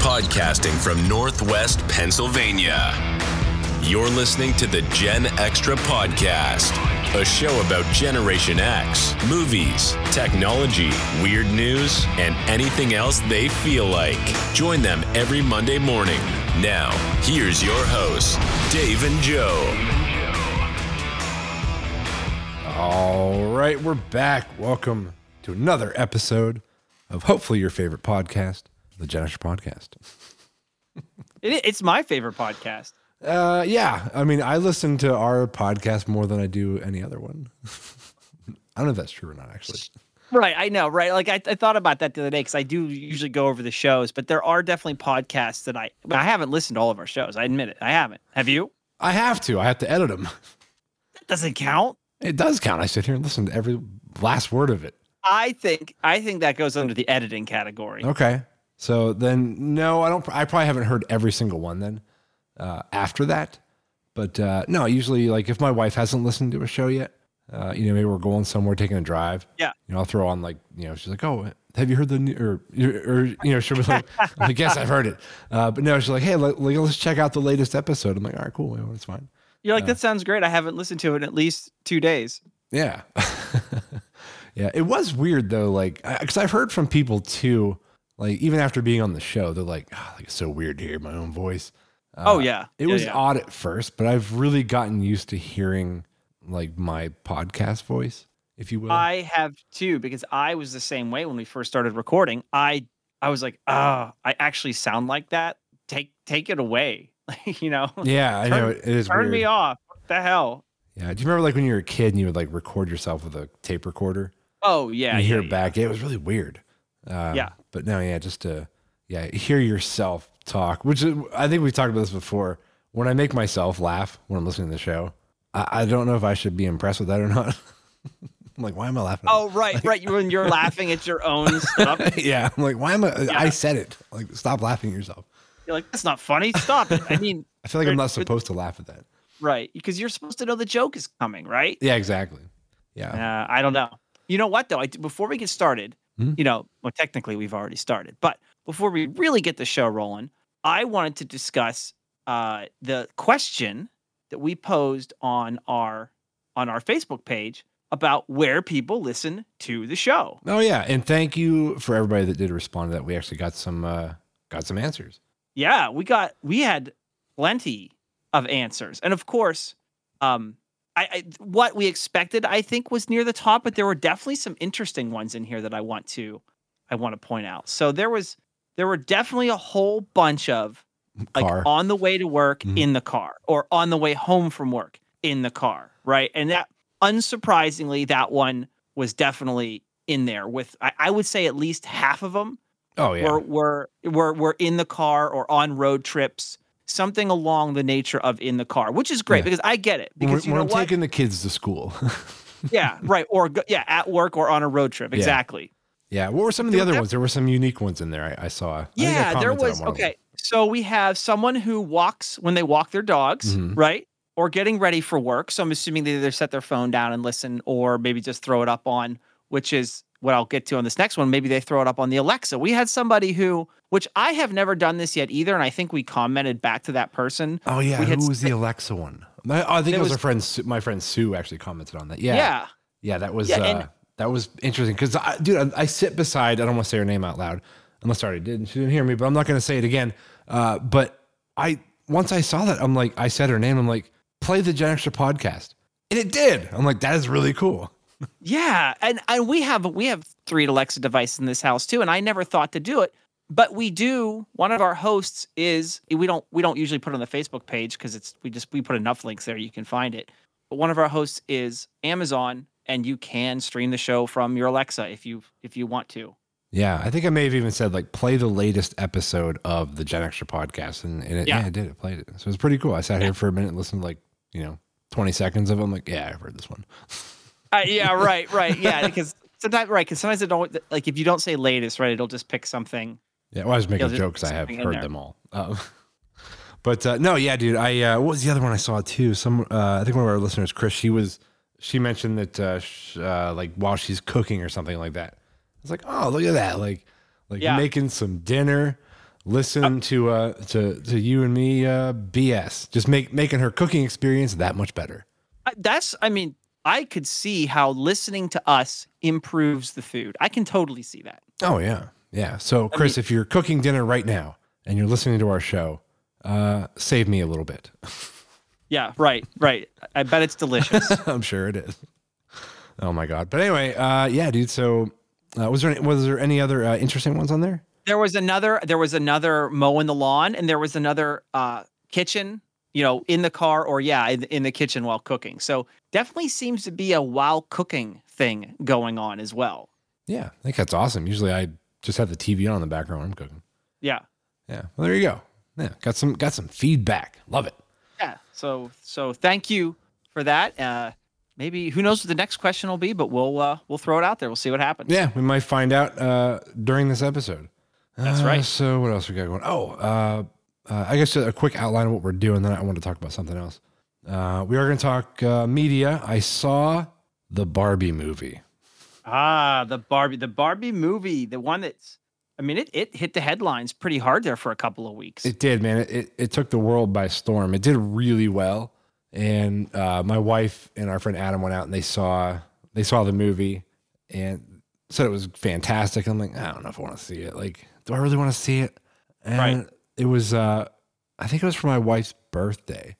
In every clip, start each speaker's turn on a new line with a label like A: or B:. A: Broadcasting from Northwest Pennsylvania. You're listening to the Gen Extra Podcast, a show about Generation X, movies, technology, weird news, and anything else they feel like. Join them every Monday morning. Now, here's your hosts, Dave and Joe.
B: All right, we're back. Welcome to another episode of hopefully your favorite podcast, the Jennifer Podcast.
C: It, i- it's my favorite podcast.
B: Uh, yeah, I mean, I listen to our podcast more than I do any other one. I don't know if that's true or not, actually.
C: Right, I know, right? Like I, I thought about that the other day because I do usually go over the shows, but there are definitely podcasts that I but I haven't listened to all of our shows. I admit it, I haven't. Have you?
B: I have to. I have to edit them.
C: That doesn't count.
B: It does count. I sit here and listen to every last word of it.
C: I think I think that goes under the editing category.
B: Okay. So then, no, I don't. I probably haven't heard every single one then. Uh, after that, but uh, no, usually like if my wife hasn't listened to a show yet, uh, you know, maybe we're going somewhere taking a drive.
C: Yeah.
B: You know, I'll throw on like you know, she's like, oh, have you heard the new or or you know, she'll be like, I'm like, yes, I've heard it. Uh, but no, she's like, hey, let, like, let's check out the latest episode. I'm like, all right, cool, it's fine.
C: You're like, that sounds great. I haven't listened to it in at least two days.
B: Yeah. yeah. It was weird though, like, because I've heard from people too, like, even after being on the show, they're like, oh, like it's so weird to hear my own voice. Uh,
C: oh yeah,
B: It
C: Yeah,
B: was
C: yeah.
B: odd at first, but I've really gotten used to hearing like my podcast voice, if you will.
C: I have too because I was the same way when we first started recording. I I was like, ah, I actually sound like that. Take take it away, you know.
B: yeah, I
C: Turn-
B: know. It is
C: Turn
B: weird.
C: me off. What the hell?
B: Yeah. Do you remember like when you were a kid and you would like record yourself with a tape recorder?
C: Oh yeah,
B: and you
C: yeah,
B: hear
C: yeah.
B: it back. Yeah, it was really weird. Um,
C: Yeah.
B: But no, yeah, just to yeah hear yourself talk, which is, I think we talked about this before. When I make myself laugh when I'm listening to the show, I, I don't know if I should be impressed with that or not. I'm like, why am I laughing? at
C: Oh right, right. You when you're laughing at your own stuff,
B: this? yeah. I'm like, why am I?
C: Yeah.
B: I said it. Like, stop laughing at yourself.
C: you're like, that's not funny. Stop it. I mean,
B: I feel like I'm
C: Good-
B: not
C: good-
B: supposed to laugh at that.
C: right, because you're supposed to know the joke is coming, right?
B: Yeah, exactly. Yeah.
C: Uh, I don't know. You know what though? I, before we get started,
B: Hmm?
C: you know, well, technically we've already started, but before we really get the show rolling, I wanted to discuss uh, the question that we posed on our on our Facebook page about where people listen to the show.
B: Oh yeah, and thank you for everybody that did respond to that. We actually got some uh, got some answers.
C: Yeah, we got we had plenty of answers, and of course, um, I, I what we expected I think was near the top, but there were definitely some interesting ones in here that I want to I want to point out. So there was there were definitely a whole bunch of like
B: Car.
C: on the way to work
B: Mhm.
C: in the car or on the way home from work in the car, right? And that unsurprisingly, that one was definitely in there with I, I would say at least half of them
B: Oh yeah.
C: were were were were in the car or on road trips, something along the nature of in the car, which is great
B: Yeah.
C: because I get it.
B: When-
C: Because you
B: when
C: know
B: I'm
C: what?
B: taking the kids to school.
C: yeah, right. Or go, yeah, at work or on a road trip.
B: Yeah.
C: Exactly.
B: Yeah. What were some of the
C: There
B: other
C: were-
B: ones? There were some unique ones in there. I, I saw. I think I
C: Yeah, there
B: commented on
C: was
B: one of them.
C: okay. So we have someone who walks when they walk their dogs,
B: Mhm.
C: right? Or getting ready for work. So I'm assuming they either set their phone down and listen, or maybe just throw it up on, which is what I'll get to on this next one. Maybe they throw it up on the Alexa. We had somebody who, which I have never done this yet either, and I think we commented back to that person.
B: Oh yeah.
C: We had
B: Who was the Alexa one? I, I think it
C: There
B: was,
C: was-
B: a friend. Sue- My friend Sue actually commented on that. Yeah. Yeah.
C: yeah.
B: that was.
C: Yeah,
B: uh,
C: and-
B: that was interesting because, I, dude, I, I sit beside. I don't want to say her name out loud unless I already did and she didn't hear me. But I'm not going to say it again. Uh, but I once I saw that, I'm like, I said her name. I'm like, play the Gen Extra podcast, and it did. I'm like, that is really cool.
C: Yeah, and and we have we have three Alexa devices in this house too, and I never thought to do it, but we do. One of our hosts is we don't we don't usually put it on the Facebook page because it's we just we put enough links there you can find it. But one of our hosts is Amazon, and you can stream the show from your Alexa if you if you want to.
B: Yeah, I think I may have even said like play the latest episode of the Gen Extra podcast, and, and it, yeah.
C: Yeah.
B: it did. It played it, so it was pretty cool. I sat here for a minute, and listened to like you know twenty seconds of it. I'm like, yeah, I've heard this one.
C: Uh, yeah, right, right, yeah, because sometimes right because sometimes it don't like if you don't say latest right, it'll just pick something.
B: Yeah, well, I was making
C: there's
B: jokes. I have
C: something in
B: heard
C: there.
B: them all. Um, but uh, no, yeah, dude. I uh, what was the other one I saw too? Some uh, I think one of our listeners, Chris, she was she mentioned that uh, sh- uh, like while she's cooking or something like that. I was like, oh, look at that! Like like
C: Yeah.
B: making some dinner listen to uh to to you and me uh BS. Just make making her cooking experience that much better.
C: I- That's, I mean, I could see how listening to us improves the food. I can totally see that.
B: Oh yeah. Yeah. So Chris, if you're cooking dinner right now and you're listening to our show, uh save me a little bit.
C: Yeah, right, right. I bet it's delicious.
B: I'm sure it is. Oh my god. But anyway, uh yeah, dude, so uh, was there any, was there any other uh, interesting ones on there?
C: there was another there was another mowing the lawn and there was another uh kitchen you know in the car or yeah in, in the kitchen while cooking so definitely seems to be a while cooking thing going on as well
B: Yeah, I think that's awesome. Usually I just have the TV on in the background when I'm cooking.
C: yeah
B: Yeah. Well, there you go. Yeah, got some got some feedback. Love it.
C: yeah so so thank you for that uh maybe who knows what the next question will be but we'll uh we'll throw it out there we'll see what happens
B: Yeah, we might find out uh, during this episode.
C: That's
B: Uh,
C: right.
B: So what else we got going? Oh, uh, uh, I guess just a quick outline of what we're doing. Then I want to talk about something else. Uh, we are going to talk uh, media. I saw the Barbie movie.
C: ah the barbie the barbie movie the one that's i mean it, it hit the headlines pretty hard there for a couple of weeks
B: It did, man. It, it, it took the world by storm. It did really well. And uh, my wife and our friend Adam went out and they saw they saw the movie and said it was fantastic. I'm like, I don't know if I want to see it. Like, do I really want to see it? And
C: Right.
B: It was, uh, I think it was for my wife's birthday,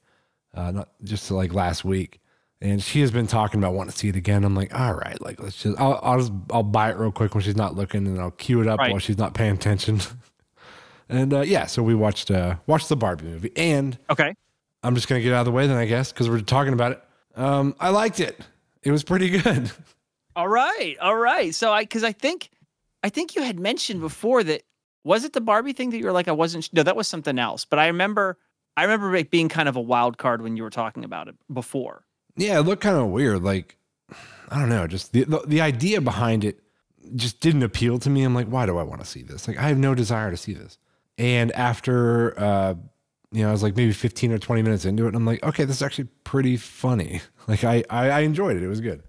B: uh, not just like last week. And she has been talking about wanting to see it again. I'm like, all right, like let's just, I'll, I'll just, I'll buy it real quick when she's not looking, and I'll queue it up
C: Right.
B: while she's not paying attention. And uh, yeah, so we watched uh, watched the Barbie movie, and
C: okay
B: I'm just gonna get out of the way then, I guess, because we're talking about it. Um, I liked it. It was pretty good.
C: All right, all right. So I, because I think, I think you had mentioned before that was it the Barbie thing that you were like I wasn't. sh- No, that was something else. But I remember, I remember it being kind of a wild card when you were talking about it before.
B: yeah, it looked kind of weird. Like I don't know, just the, the the idea behind it just didn't appeal to me. I'm like, why do I want to see this? Like I have no desire to see this. And after uh, you know, I was like maybe 15 or 20 minutes into it, and I'm like, okay, this is actually pretty funny. Like I I, I enjoyed it. It was good.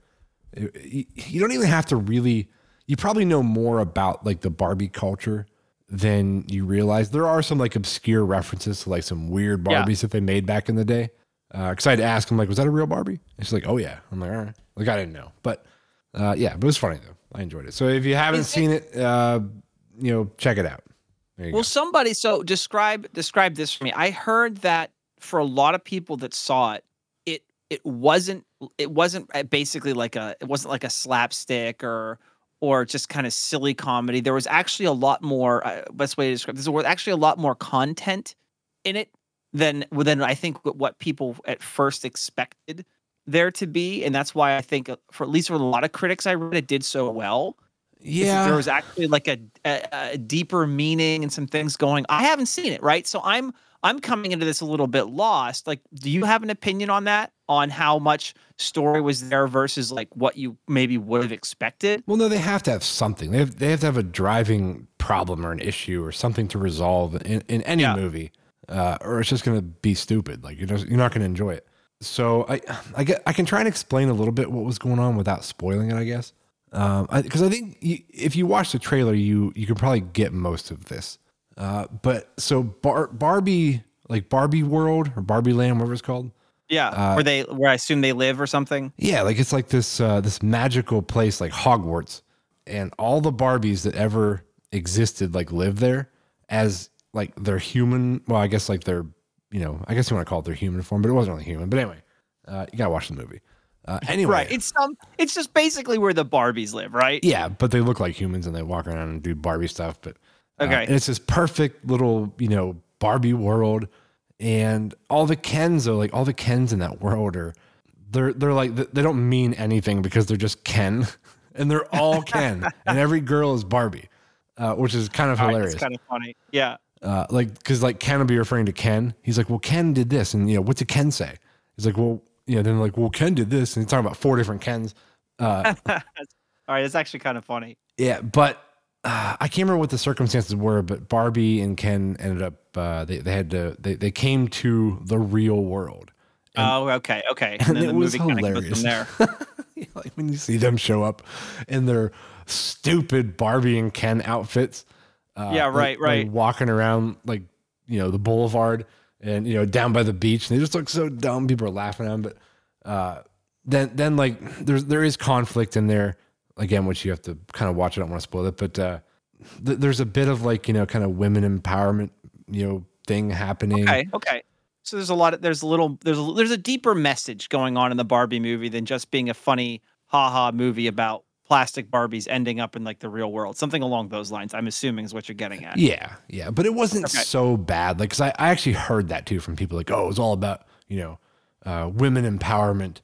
B: It- you- you don't even have to really. You probably know more about like the Barbie culture than you realize. There are some like obscure references to like some weird
C: Yeah.
B: Barbies that they made back in the day. uh, Because I had asked him like, was that a real Barbie? And she's like, oh yeah. I'm like, all right. Like I didn't know, but uh, yeah, but it was funny though. I enjoyed it. So if you haven't seen it, uh, you know, check it out. There you
C: Well, somebody so describe describe this for me. I heard that for a lot of people that saw it, it it wasn't it wasn't uh, basically like a it wasn't like a slapstick or or just kind of silly comedy. There was actually a lot more uh, best way to describe this. There was actually a lot more content in it than than I think what- what people at first expected there to be, and that's why I think uh, for at least for a lot of critics I read it did so well
B: go.
C: is that
B: yeah.
C: there was actually like a, a, a deeper meaning and some things going i haven't seen it right so i'm i'm coming into this a little bit lost like do you have an opinion on that on how much story was there versus like what you maybe would have expected
B: Well, no, they have to have something. They have, they have to have a driving problem or an issue or something to resolve in, in any
C: Yeah.
B: movie, uh, or it's just going to be stupid. Like you're just, you're not going to enjoy it. So I I get I can try and explain a little bit what was going on without spoiling it, I guess. Um, I because I think you, if you watch the trailer, you you can probably get most of this. Uh, but so Bar- Barbie like Barbie World or Barbie Land, whatever it's called.
C: yeah where they where i assume they live or something
B: Yeah, like it's like this uh, this magical place like Hogwarts, and all the Barbies that ever existed like live there as like their human. Well, I guess like their you know I guess you want to call it their human form, but it wasn't really human. But anyway, uh, you gotta watch the movie. Uh, anyway,
C: right it's um it's just basically where the barbies live right
B: yeah, but they look like humans and they walk around and do Barbie stuff. But uh,
C: Okay.
B: and it's this perfect little you know Barbie world, and all the Kens are like all the Kens in that world are they're they're like they don't mean anything because they're just Ken, and they're all Ken, and every girl is Barbie, uh, which is kind of
C: All right,
B: hilarious
C: it's kind of funny yeah
B: uh, like because like Ken will be referring to Ken. He's like, well, Ken did this, and you know, what did Ken say? He's like, well, you know, then like, well, Ken did this, and he's talking about four different Kens. Uh,
C: all right it's actually kind of funny
B: yeah, but uh, I can't remember what the circumstances were, but Barbie and Ken ended up uh, they they had to they they came to the real world.
C: oh okay okay and,
B: it was
C: kinda
B: hilarious.
C: there
B: like when you see them show up in their stupid Barbie and Ken outfits. Uh,
C: Yeah,
B: like-
C: right,
B: like
C: right.
B: walking around like you know the boulevard and you know down by the beach, and they just look so dumb. People are laughing at them, but uh, then then like there's there is conflict in there again, which you have to kind of watch. I don't want to spoil it, but uh, th- there's a bit of like you know kind of women empowerment you know thing happening.
C: Okay, okay. So there's a lot of there's a little there's a, there's a deeper message going on in the Barbie movie than just being a funny haha movie about plastic Barbies ending up in like the real world. Something along those lines. I'm assuming is what you're getting at.
B: Yeah, yeah, but it wasn't
C: Okay.
B: so bad. Like, cause I, I actually heard that too from people. Like, oh, it was all about you know uh, women empowerment,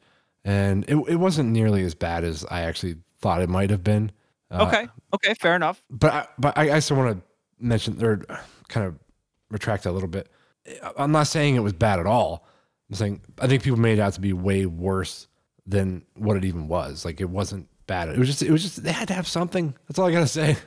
B: and it it wasn't nearly as bad as I actually thought it might have been. Uh,
C: Okay. Okay. Fair enough.
B: but I, but I, I still want to mention or kind of retract that a little bit. I'm not saying it was bad at all. I'm saying I think people made it out to be way worse than what it even was. Like it wasn't bad. It was just it was just they had to have something. That's all I gotta say.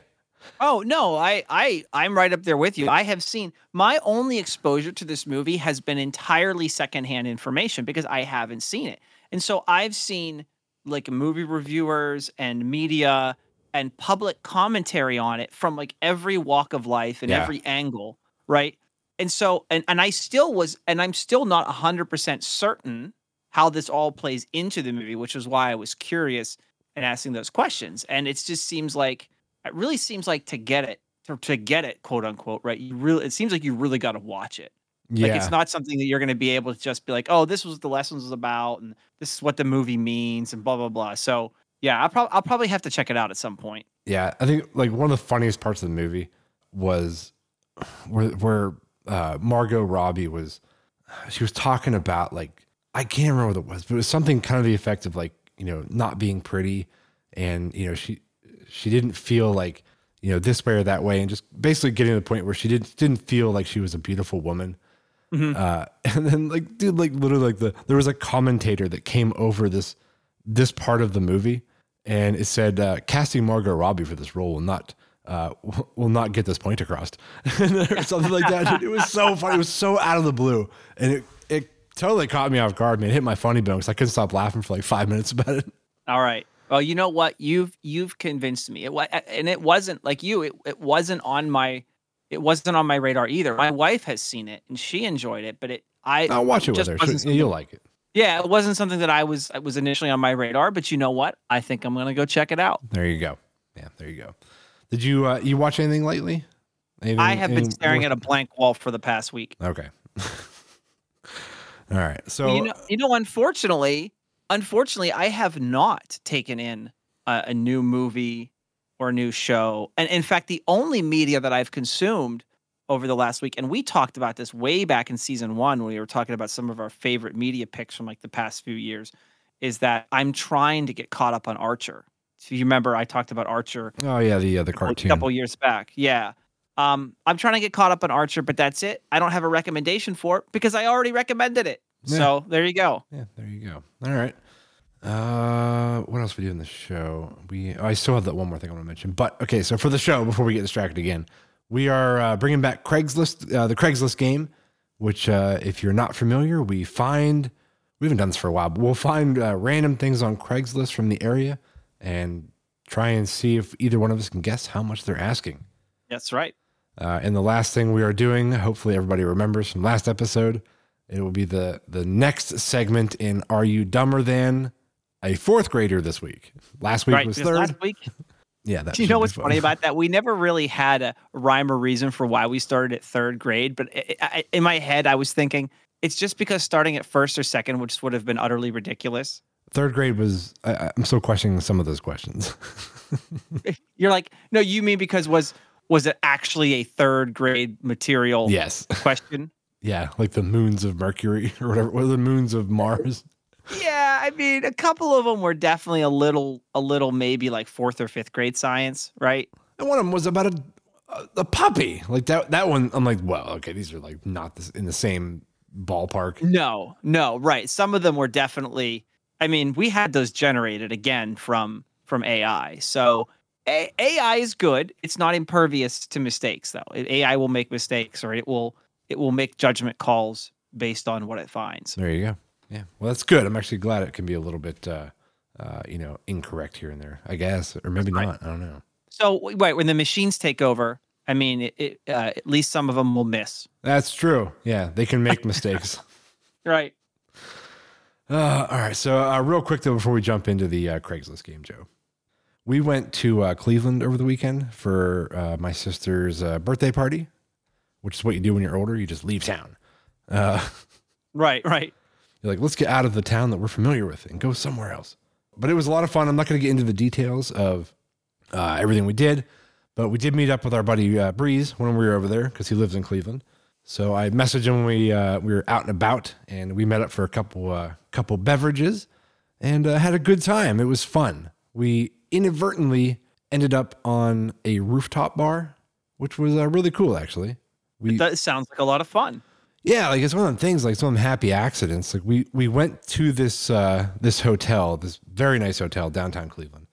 C: Oh no, I I I'm right up there with you. I have seen my only exposure to this movie has been entirely secondhand information because I haven't seen it. And so I've seen like movie reviewers and media and public commentary on it from like every walk of life and
B: Yeah.
C: every angle, right? And so and and I still was and I'm still not 100% certain how this all plays into the movie, which is why I was curious and asking those questions. And it just seems like it really seems like to get it to, to get it quote unquote right you really it seems like you really got to watch it
B: Yeah,
C: like it's not something that you're going to be able to just be like oh this was what the lessons was about and this is what the movie means and blah blah blah so yeah i'll, prob- I'll probably have to check it out at some point
B: Yeah, I think like one of the funniest parts of the movie was where where uh, Margot Robbie was. She was talking about like I can't remember what it was, but it was something kind of the effect of like you know not being pretty, and you know she she didn't feel like you know this way or that way, and just basically getting to the point where she didn't didn't feel like she was a beautiful woman. Uh, and then like dude, like literally like the there was a commentator that came over this this part of the movie, and it said uh, casting Margot Robbie for this role will not uh, w- will not get this point across, or something like that. It was so funny. It was so out of the blue, and it it totally caught me off guard. Man, it hit my funny bone 'cause I couldn't stop laughing for like five minutes about it.
C: all right well you know what you've you've convinced me it wa- and it wasn't like you it, it wasn't on my it wasn't on my radar either my wife has seen it and she enjoyed it but it i
B: I'll watch it with
C: just
B: her.
C: wasn't
B: She- You'll like it.
C: yeah it wasn't something that i was it was initially on my radar but you know what i think i'm going to go check it out
B: There you go. Yeah, there you go. Did you uh, you watch anything lately?
C: I have been staring at a blank wall for the past week.
B: Okay. All right. So
C: you know, you know, unfortunately, unfortunately, I have not taken in a, a new movie or a new show. And in fact, the only media that I've consumed over the last week, and we talked about this way back in season one when we were talking about some of our favorite media picks from like the past few years, is that I'm trying to get caught up on Archer. So you remember I talked about Archer
B: oh yeah, the uh, the
C: a
B: cartoon.
C: couple years back. Yeah. Um, I'm trying to get caught up on Archer, but that's it. I don't have a recommendation for it because I already recommended it.
B: Yeah.
C: So there you go.
B: Yeah, there you go. All right. Uh, what else we do in the show? We I still have that one more thing I want to mention. But okay, so for the show, before we get distracted again, we are uh, bringing back Craigslist, uh, the Craigslist game, which uh, if you're not familiar, we find we haven't done this for a while, but we'll find uh, random things on Craigslist from the area and try and see if either one of us can guess how much they're asking.
C: That's right.
B: Uh, and the last thing we are doing, hopefully everybody remembers from last episode, it will be the the next segment in Are You Dumber Than a Fourth Grader this week. Last week
C: right.
B: was
C: because
B: third.
C: Last week,
B: yeah, that
C: do you
B: should
C: know
B: be
C: what's
B: fun.
C: funny about that? We never really had a rhyme or reason for why we started at third grade, but i I, in my head, I was thinking it's just because starting at first or second, which would have been utterly ridiculous.
B: third grade was I- I, I'm still questioning some of those questions.
C: You're like, no, you mean because was was it actually a third grade material
B: yes.
C: question?
B: Yeah, like the moons of Mercury or whatever or the moons of Mars.
C: Yeah, I mean, a couple of them were definitely a little, a little maybe like fourth or fifth grade science, right?
B: And one of them was about a a- a puppy. Like that that one I'm like, well, okay, these are like not this, in the same ballpark.
C: No, no, right. Some of them were definitely. I mean, we had those generated again from from AI. So a- AI is good. It's not impervious to mistakes, though. It- AI will make mistakes, or it will it will make judgment calls based on what it finds.
B: There you go. Yeah. Well, that's good. I'm actually glad it can be a little bit, uh, uh, you know, incorrect here and there, I guess, or maybe
C: Right.
B: not. I don't know.
C: So w- right when the machines take over, I mean, it, it, uh, at least some of them will miss.
B: That's true. Yeah, they can make mistakes.
C: Right.
B: Uh, all right. So, uh, real quick though, before we jump into the uh, Craigslist game, Joe, we went to uh, Cleveland over the weekend for uh, my sister's uh, birthday party, which is what you do when you're older. You just leave town. Uh,
C: Right. Right.
B: you're like, let's get out of the town that we're familiar with and go somewhere else. But it was a lot of fun. I'm not going to get into the details of uh, everything we did, but we did meet up with our buddy uh, Breeze when we were over there because he lives in Cleveland. So I messaged him when we uh, we were out and about, and we met up for a couple uh, couple beverages, and uh, had a good time. It was fun. We inadvertently ended up on a rooftop bar, which was uh, really cool, actually. We
C: That sounds like a lot of fun.
B: yeah, like it's one of them things, like it's one of them happy accidents. Like we we went to this uh this hotel, this very nice hotel downtown Cleveland,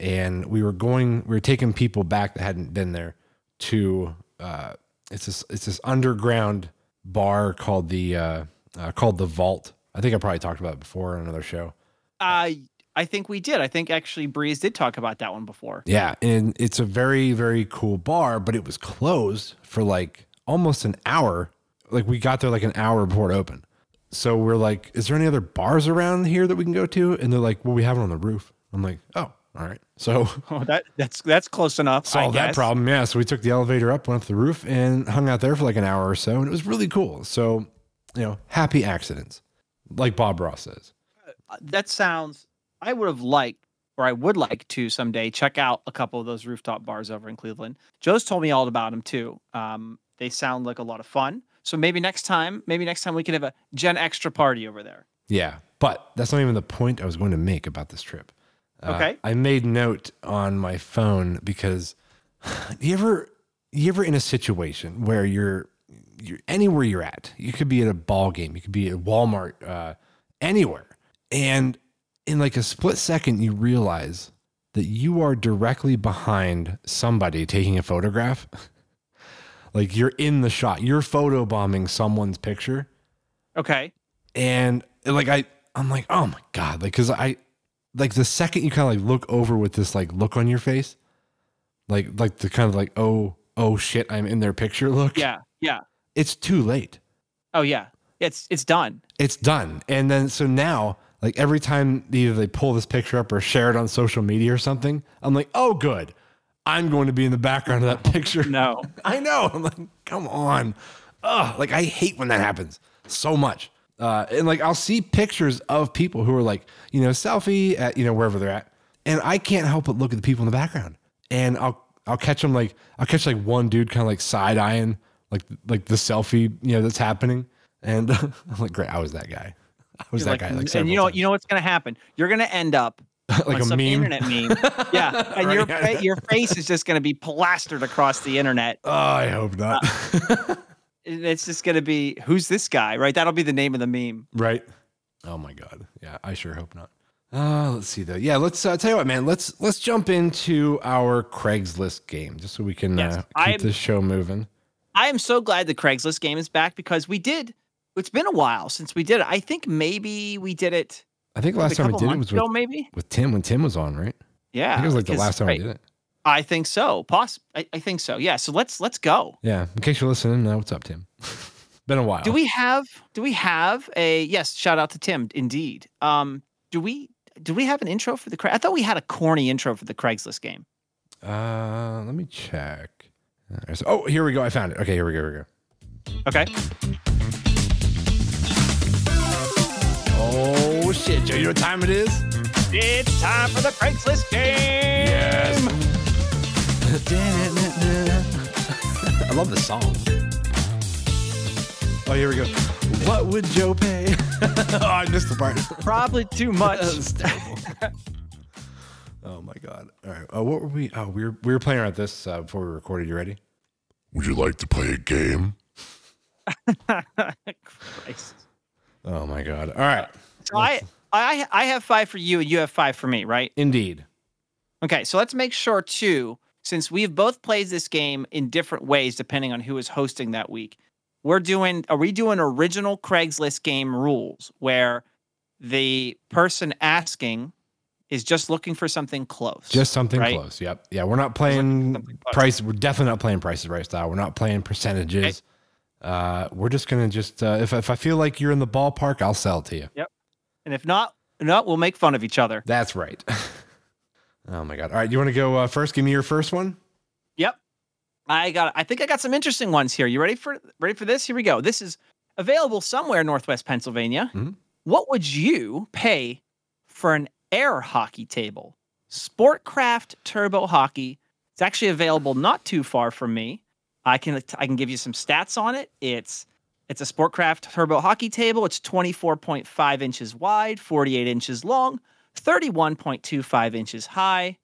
B: and we were going we were taking people back that hadn't been there to uh it's this it's this underground bar called the uh, uh called the Vault. I think I probably talked about it before on another show.
C: Uh, I think we did. I think actually Breeze did talk about that one before.
B: Yeah, and it's a very very cool bar, but it was closed for like almost an hour. Like we got there like an hour before it opened. So we're like, is there any other bars around here that we can go to? And they're like, well, we have it on the roof. I'm like, oh, all right. So
C: Oh, that that's that's close enough. I
B: solved that
C: guess.
B: problem. Yeah. So we took the elevator up, went up the roof, and hung out there for like an hour or so, and it was really cool. So, you know, happy accidents, like Bob Ross says.
C: Uh, That sounds. I would have liked, or I would like to someday check out a couple of those rooftop bars over in Cleveland. Joe's told me all about them too. Um, they sound like a lot of fun. So maybe next time, maybe next time we can have a Gen Extra party over there.
B: Yeah, but that's not even the point I was going to make about this trip. Uh,
C: Okay.
B: I made note on my phone because you ever you ever in a situation where you're you're anywhere you're at. You could be at a ball game, you could be at Walmart, uh, anywhere, and in like a split second, you realize that you are directly behind somebody taking a photograph. like you're in the shot, you're photobombing someone's picture
C: Okay.
B: and like I, I'm like, oh my god, like because I, like the second you kind of like look over with this like look on your face, like like the kind of like oh oh shit, I'm in their picture look.
C: Yeah. Yeah.
B: it's too late.
C: Oh yeah. It's it's done.
B: It's done. And then so now like every time either they pull this picture up or share it on social media or something, I'm like, oh good, I'm going to be in the background of that picture.
C: No.
B: I know. I'm like, come on. Ugh, like I hate when that happens so much. Uh, and like I'll see pictures of people who are like, you know, selfie at you know wherever they're at, and I can't help but look at the people in the background, and I'll I'll catch them like I'll catch like one dude kind of like side eyeing like like the selfie you know that's happening, and I'm like, great, I was that guy. I was
C: You're
B: that guy. Like
C: and you know you know what's gonna happen? You're gonna end up
B: know, like
C: on
B: a
C: some
B: meme.
C: internet meme. yeah. And your
B: Right.
C: fa- your face is just gonna be plastered across the internet.
B: Oh, I hope not.
C: And It's just gonna be who's this guy, right? That'll be the name of the meme.
B: Right. Oh my God. Yeah, I sure hope not. Uh, let's see though. Yeah, let's uh, tell you what, man. Let's let's jump into our Craigslist game just so we can
C: Yes,
B: uh, keep
C: I'm-
B: this show moving.
C: I am so glad the Craigslist game is back because we did it's been a while since we did it. I think maybe we did it
B: I think
C: a
B: last time we
C: couple
B: did it
C: months
B: was
C: ago,
B: with,
C: maybe.
B: with Tim when Tim was on, right?
C: Yeah.
B: I think it was like the
C: because-
B: last time
C: right,
B: we did it.
C: I think so. Poss- I, I think so. Yeah. So let's let's go.
B: Yeah. In case you're listening, uh, what's up, Tim? Been a while.
C: Do we have do we have a yes, shout out to Tim indeed. Um do we do we have an intro for the Cra- I thought we had a corny intro for the Craigslist game.
B: Uh, let me check. There's- Oh, here we go. I found it. Okay, here we go. Here we go.
C: Okay.
B: Oh shit, Joe! You know what time it is?
C: It's time for the Craigslist game.
B: I love the song. Oh, here we go. What would Joe pay? oh, I missed the part.
C: Probably too much.
B: terrible. oh my god. All right. Uh, what were we? Oh, we were we were playing around this uh, before we recorded. You ready?
A: Would you like to play a game?
C: Christ.
B: Oh my god. All right.
C: So I, I I have five for you and you have five for me, right?
B: Indeed.
C: Okay, so let's make sure too, since we've both played this game in different ways depending on who is hosting that week. We're doing are we doing original Craigslist game rules where the person asking is just looking for something close.
B: Just something
C: Right.
B: close. Yep. Yeah. We're not playing
C: something close.
B: price. We're definitely not playing prices right style. We're not playing percentages. Uh, we're just gonna just uh, if if I feel like you're in the ballpark, I'll sell to you.
C: and if not, no, we'll make fun of each other.
B: That's right. oh my god. All right. You want to go uh, first? Give me your first one.
C: Yep. I got I think I got some interesting ones here. You ready for ready for this? Here we go. This is available somewhere in northwest Pennsylvania.
B: Mhm.
C: What would you pay for an air hockey table? Sportcraft Turbo Hockey. It's actually available not too far from me. I can I can give you some stats on it. It's it's a Sportcraft Turbo Hockey table. It's 24.5 inches wide, 48 inches long, 31.25 inches high.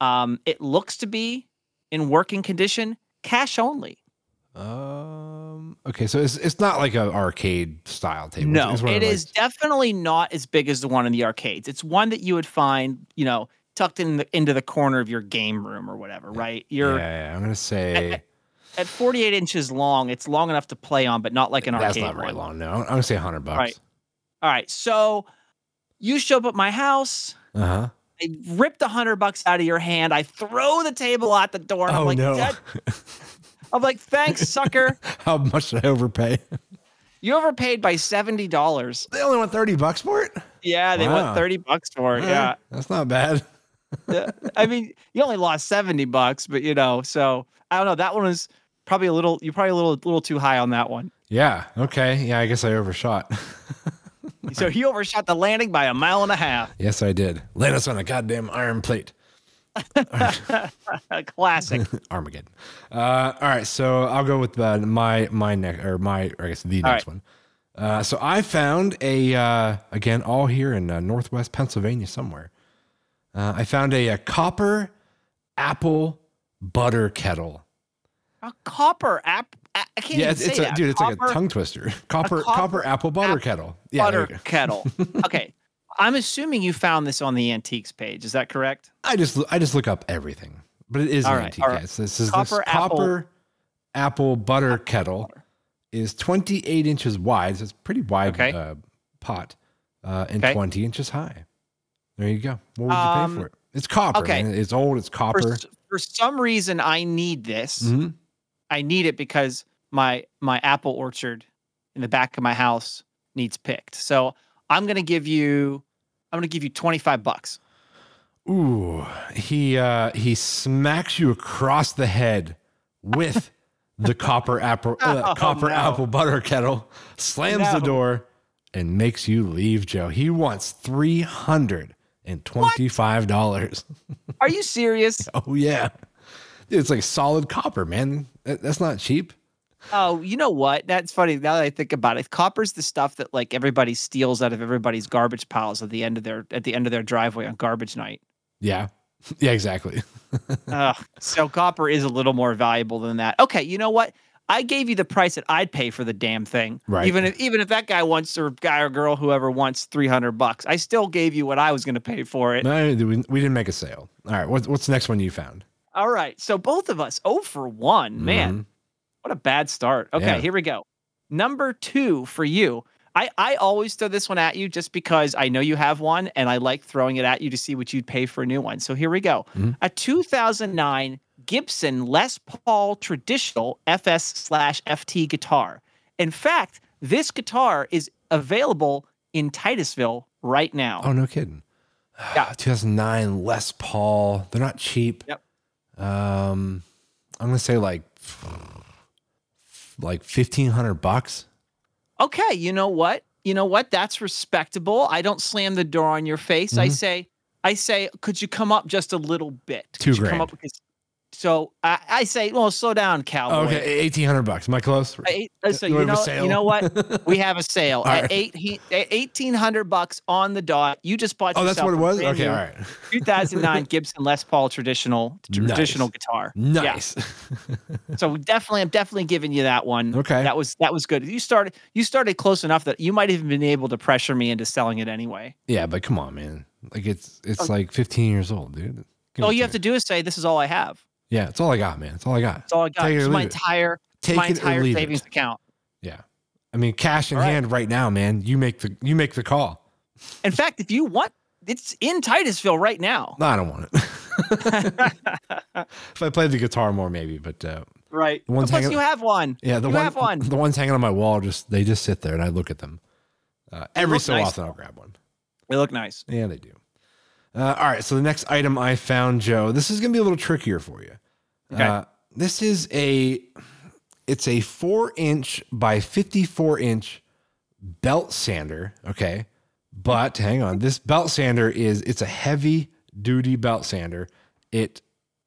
C: Um, it looks to be in working condition, cash only.
B: Um. Okay. So it's it's not like an arcade style table.
C: No,
B: It's one of
C: it
B: like-
C: is definitely not as big as the one in the arcades. It's one that you would find, you know, tucked in the, into the corner of your game room or whatever, right? You're
B: yeah, yeah, I'm gonna say
C: at 48 inches long. It's long enough to play on, but not like an
B: that's
C: arcade.
B: not very
C: one.
B: long. No, I'm gonna say hundred bucks.
C: Right. All right, so you show up at my house.
B: Uh huh.
C: I rip the hundred bucks out of your hand. I throw the table out the door. And I'm
B: Oh
C: like,
B: no.
C: "That- I'm like, thanks, sucker.
B: How much did I overpay?
C: You overpaid by seventy dollars.
B: They only want thirty bucks for it.
C: Yeah, they
B: Wow.
C: want thirty bucks for it.
B: Eh,
C: Yeah,
B: That's not bad.
C: Yeah. I mean, you only lost 70 bucks, but you know, so I don't know. That one was probably a little, you're probably a little, little too high on that one.
B: Yeah. Okay. Yeah. I guess I overshot.
C: So he overshot the landing by a mile and a half.
B: yes, I did. Land us on a goddamn iron plate.
C: Classic.
B: Armageddon. Uh, all right, so I'll go with uh, my my next or my or I guess the
C: All
B: next one. Uh, so I found a uh, again all here in uh, Northwest Pennsylvania somewhere. Uh, I found a, a copper apple butter kettle.
C: A copper app. I I can't
B: Yeah,
C: even
B: it's,
C: say
B: it's a,
C: that.
B: dude, it's like
C: Copper
B: a tongue twister. Copper
C: copper
B: copper apple butter kettle. Yeah, there
C: butter
B: you go.
C: kettle. Okay. I'm assuming you found this on the antiques page. Is that correct?
B: I just I just look up everything, but it is
C: All
B: an
C: right,
B: antique.
C: all
B: yeah.
C: right.
B: It's- This is
C: Copper
B: this
C: apple-
B: copper apple butter kettle
C: butter.
B: is 28 inches wide, so it's a pretty wide
C: Okay.
B: uh, pot, uh, and
C: Okay.
B: 20 inches high. There you go. What would you
C: Um,
B: pay for it? It's copper.
C: okay.
B: man. It's old. It's
C: For,
B: copper.
C: s- for some reason, I need this.
B: hmm
C: I need it because my my apple orchard in the back of my house needs picked. So I'm gonna give you I'm gonna give you 25 bucks.
B: Ooh, he uh, he smacks you across the head with the copper apple uh,
C: Oh,
B: copper
C: no.
B: apple butter kettle, slams the
C: No.
B: door, and makes you leave, Joe. He wants three hundred and twenty-five dollars.
C: Are you serious?
B: Oh yeah, Dude, it's like solid copper, man. That- that's not cheap.
C: Oh, you know what? That's funny. Now that I think about it, copper's the stuff that like everybody steals out of everybody's garbage piles at the end of their at the end of their driveway on garbage night.
B: Yeah, yeah, exactly.
C: Ugh, so copper is a little more valuable than that. Okay, you know what? I gave you the price that I'd pay for the damn thing.
B: Right.
C: Even if even if that guy wants or guy or girl whoever wants three hundred bucks, I still gave you what I was going to pay for it.
B: No, we, we didn't make a sale. All right, what, what's the next one you found?
C: All right. So both of us, oh for one, man,
B: Mhm.
C: what a bad start. Okay,
B: Yeah.
C: here we go. Number two for you. I I always throw this one at you just because I know you have one, and I like throwing it at you to see what you'd pay for a new one. So here we go.
B: Mhm.
C: A 2009 Gibson Les Paul traditional FS slash FT guitar. In fact, this guitar is available in Titusville right now.
B: Oh no, kidding.
C: Yeah.
B: 2009 Les Paul. They're not cheap.
C: Yep.
B: Um, I'm gonna say like like 1500 bucks.
C: okay, you know what? You know what? That's respectable. I don't slam the door on your face. I
B: Mhm.
C: say, I say, could you come up just a little bit? Could
B: Two
C: you Come
B: grand.
C: up because, so I, I say, well, slow down, cowboy.
B: okay, 1800 bucks. Am I close?
C: Oh, I, I say,
B: Do I
C: you
B: have a
C: know,
B: sale?
C: you know what? We have a sale
B: All
C: at
B: right.
C: eight he- at 1800 bucks on the dot. You just bought.
B: oh, that's
C: yourself
B: what it
C: a
B: was.
C: brand
B: Okay,
C: new
B: all right.
C: 2009 Gibson Les Paul traditional
B: Nice.
C: traditional guitar. Yeah.
B: Nice.
C: So definitely, I'm definitely giving you that one.
B: Okay.
C: That was that was good. You started you started close enough that you might have been able to pressure me into selling it anyway.
B: yeah, but come on, man. Like it's it's like 15 years old, dude. Give
C: Oh. all
B: it
C: you
B: to
C: have
B: me.
C: to do is say, "This is all I have.
B: Yeah, it's all I got, man. It's all I got.
C: It's all I got.
B: Take it
C: It's
B: or
C: my
B: leave it.
C: entire
B: Take
C: my
B: it or
C: entire
B: leave
C: savings
B: it.
C: account."
B: Yeah. I mean, cash in
C: All right.
B: hand right now, man. You make the you make the call.
C: In fact, if you want it's in Titusville right now.
B: No, I don't want it. if I played the guitar more, maybe, but uh,
C: Right.
B: The ones
C: Plus,
B: hanging-
C: you have one.
B: yeah, the
C: you
B: one,
C: have one.
B: the ones hanging on my wall just they just sit there and I look at them. Uh, every
C: look
B: so
C: nice,
B: often I'll grab one.
C: They look nice.
B: Yeah, they do. Uh, all right, so the next item I found, Joe. This is gonna be a little trickier for you.
C: Okay.
B: Uh, this is a it's a four inch by fifty-four inch belt sander. Okay. But hang on. This belt sander is it's a heavy duty belt sander. It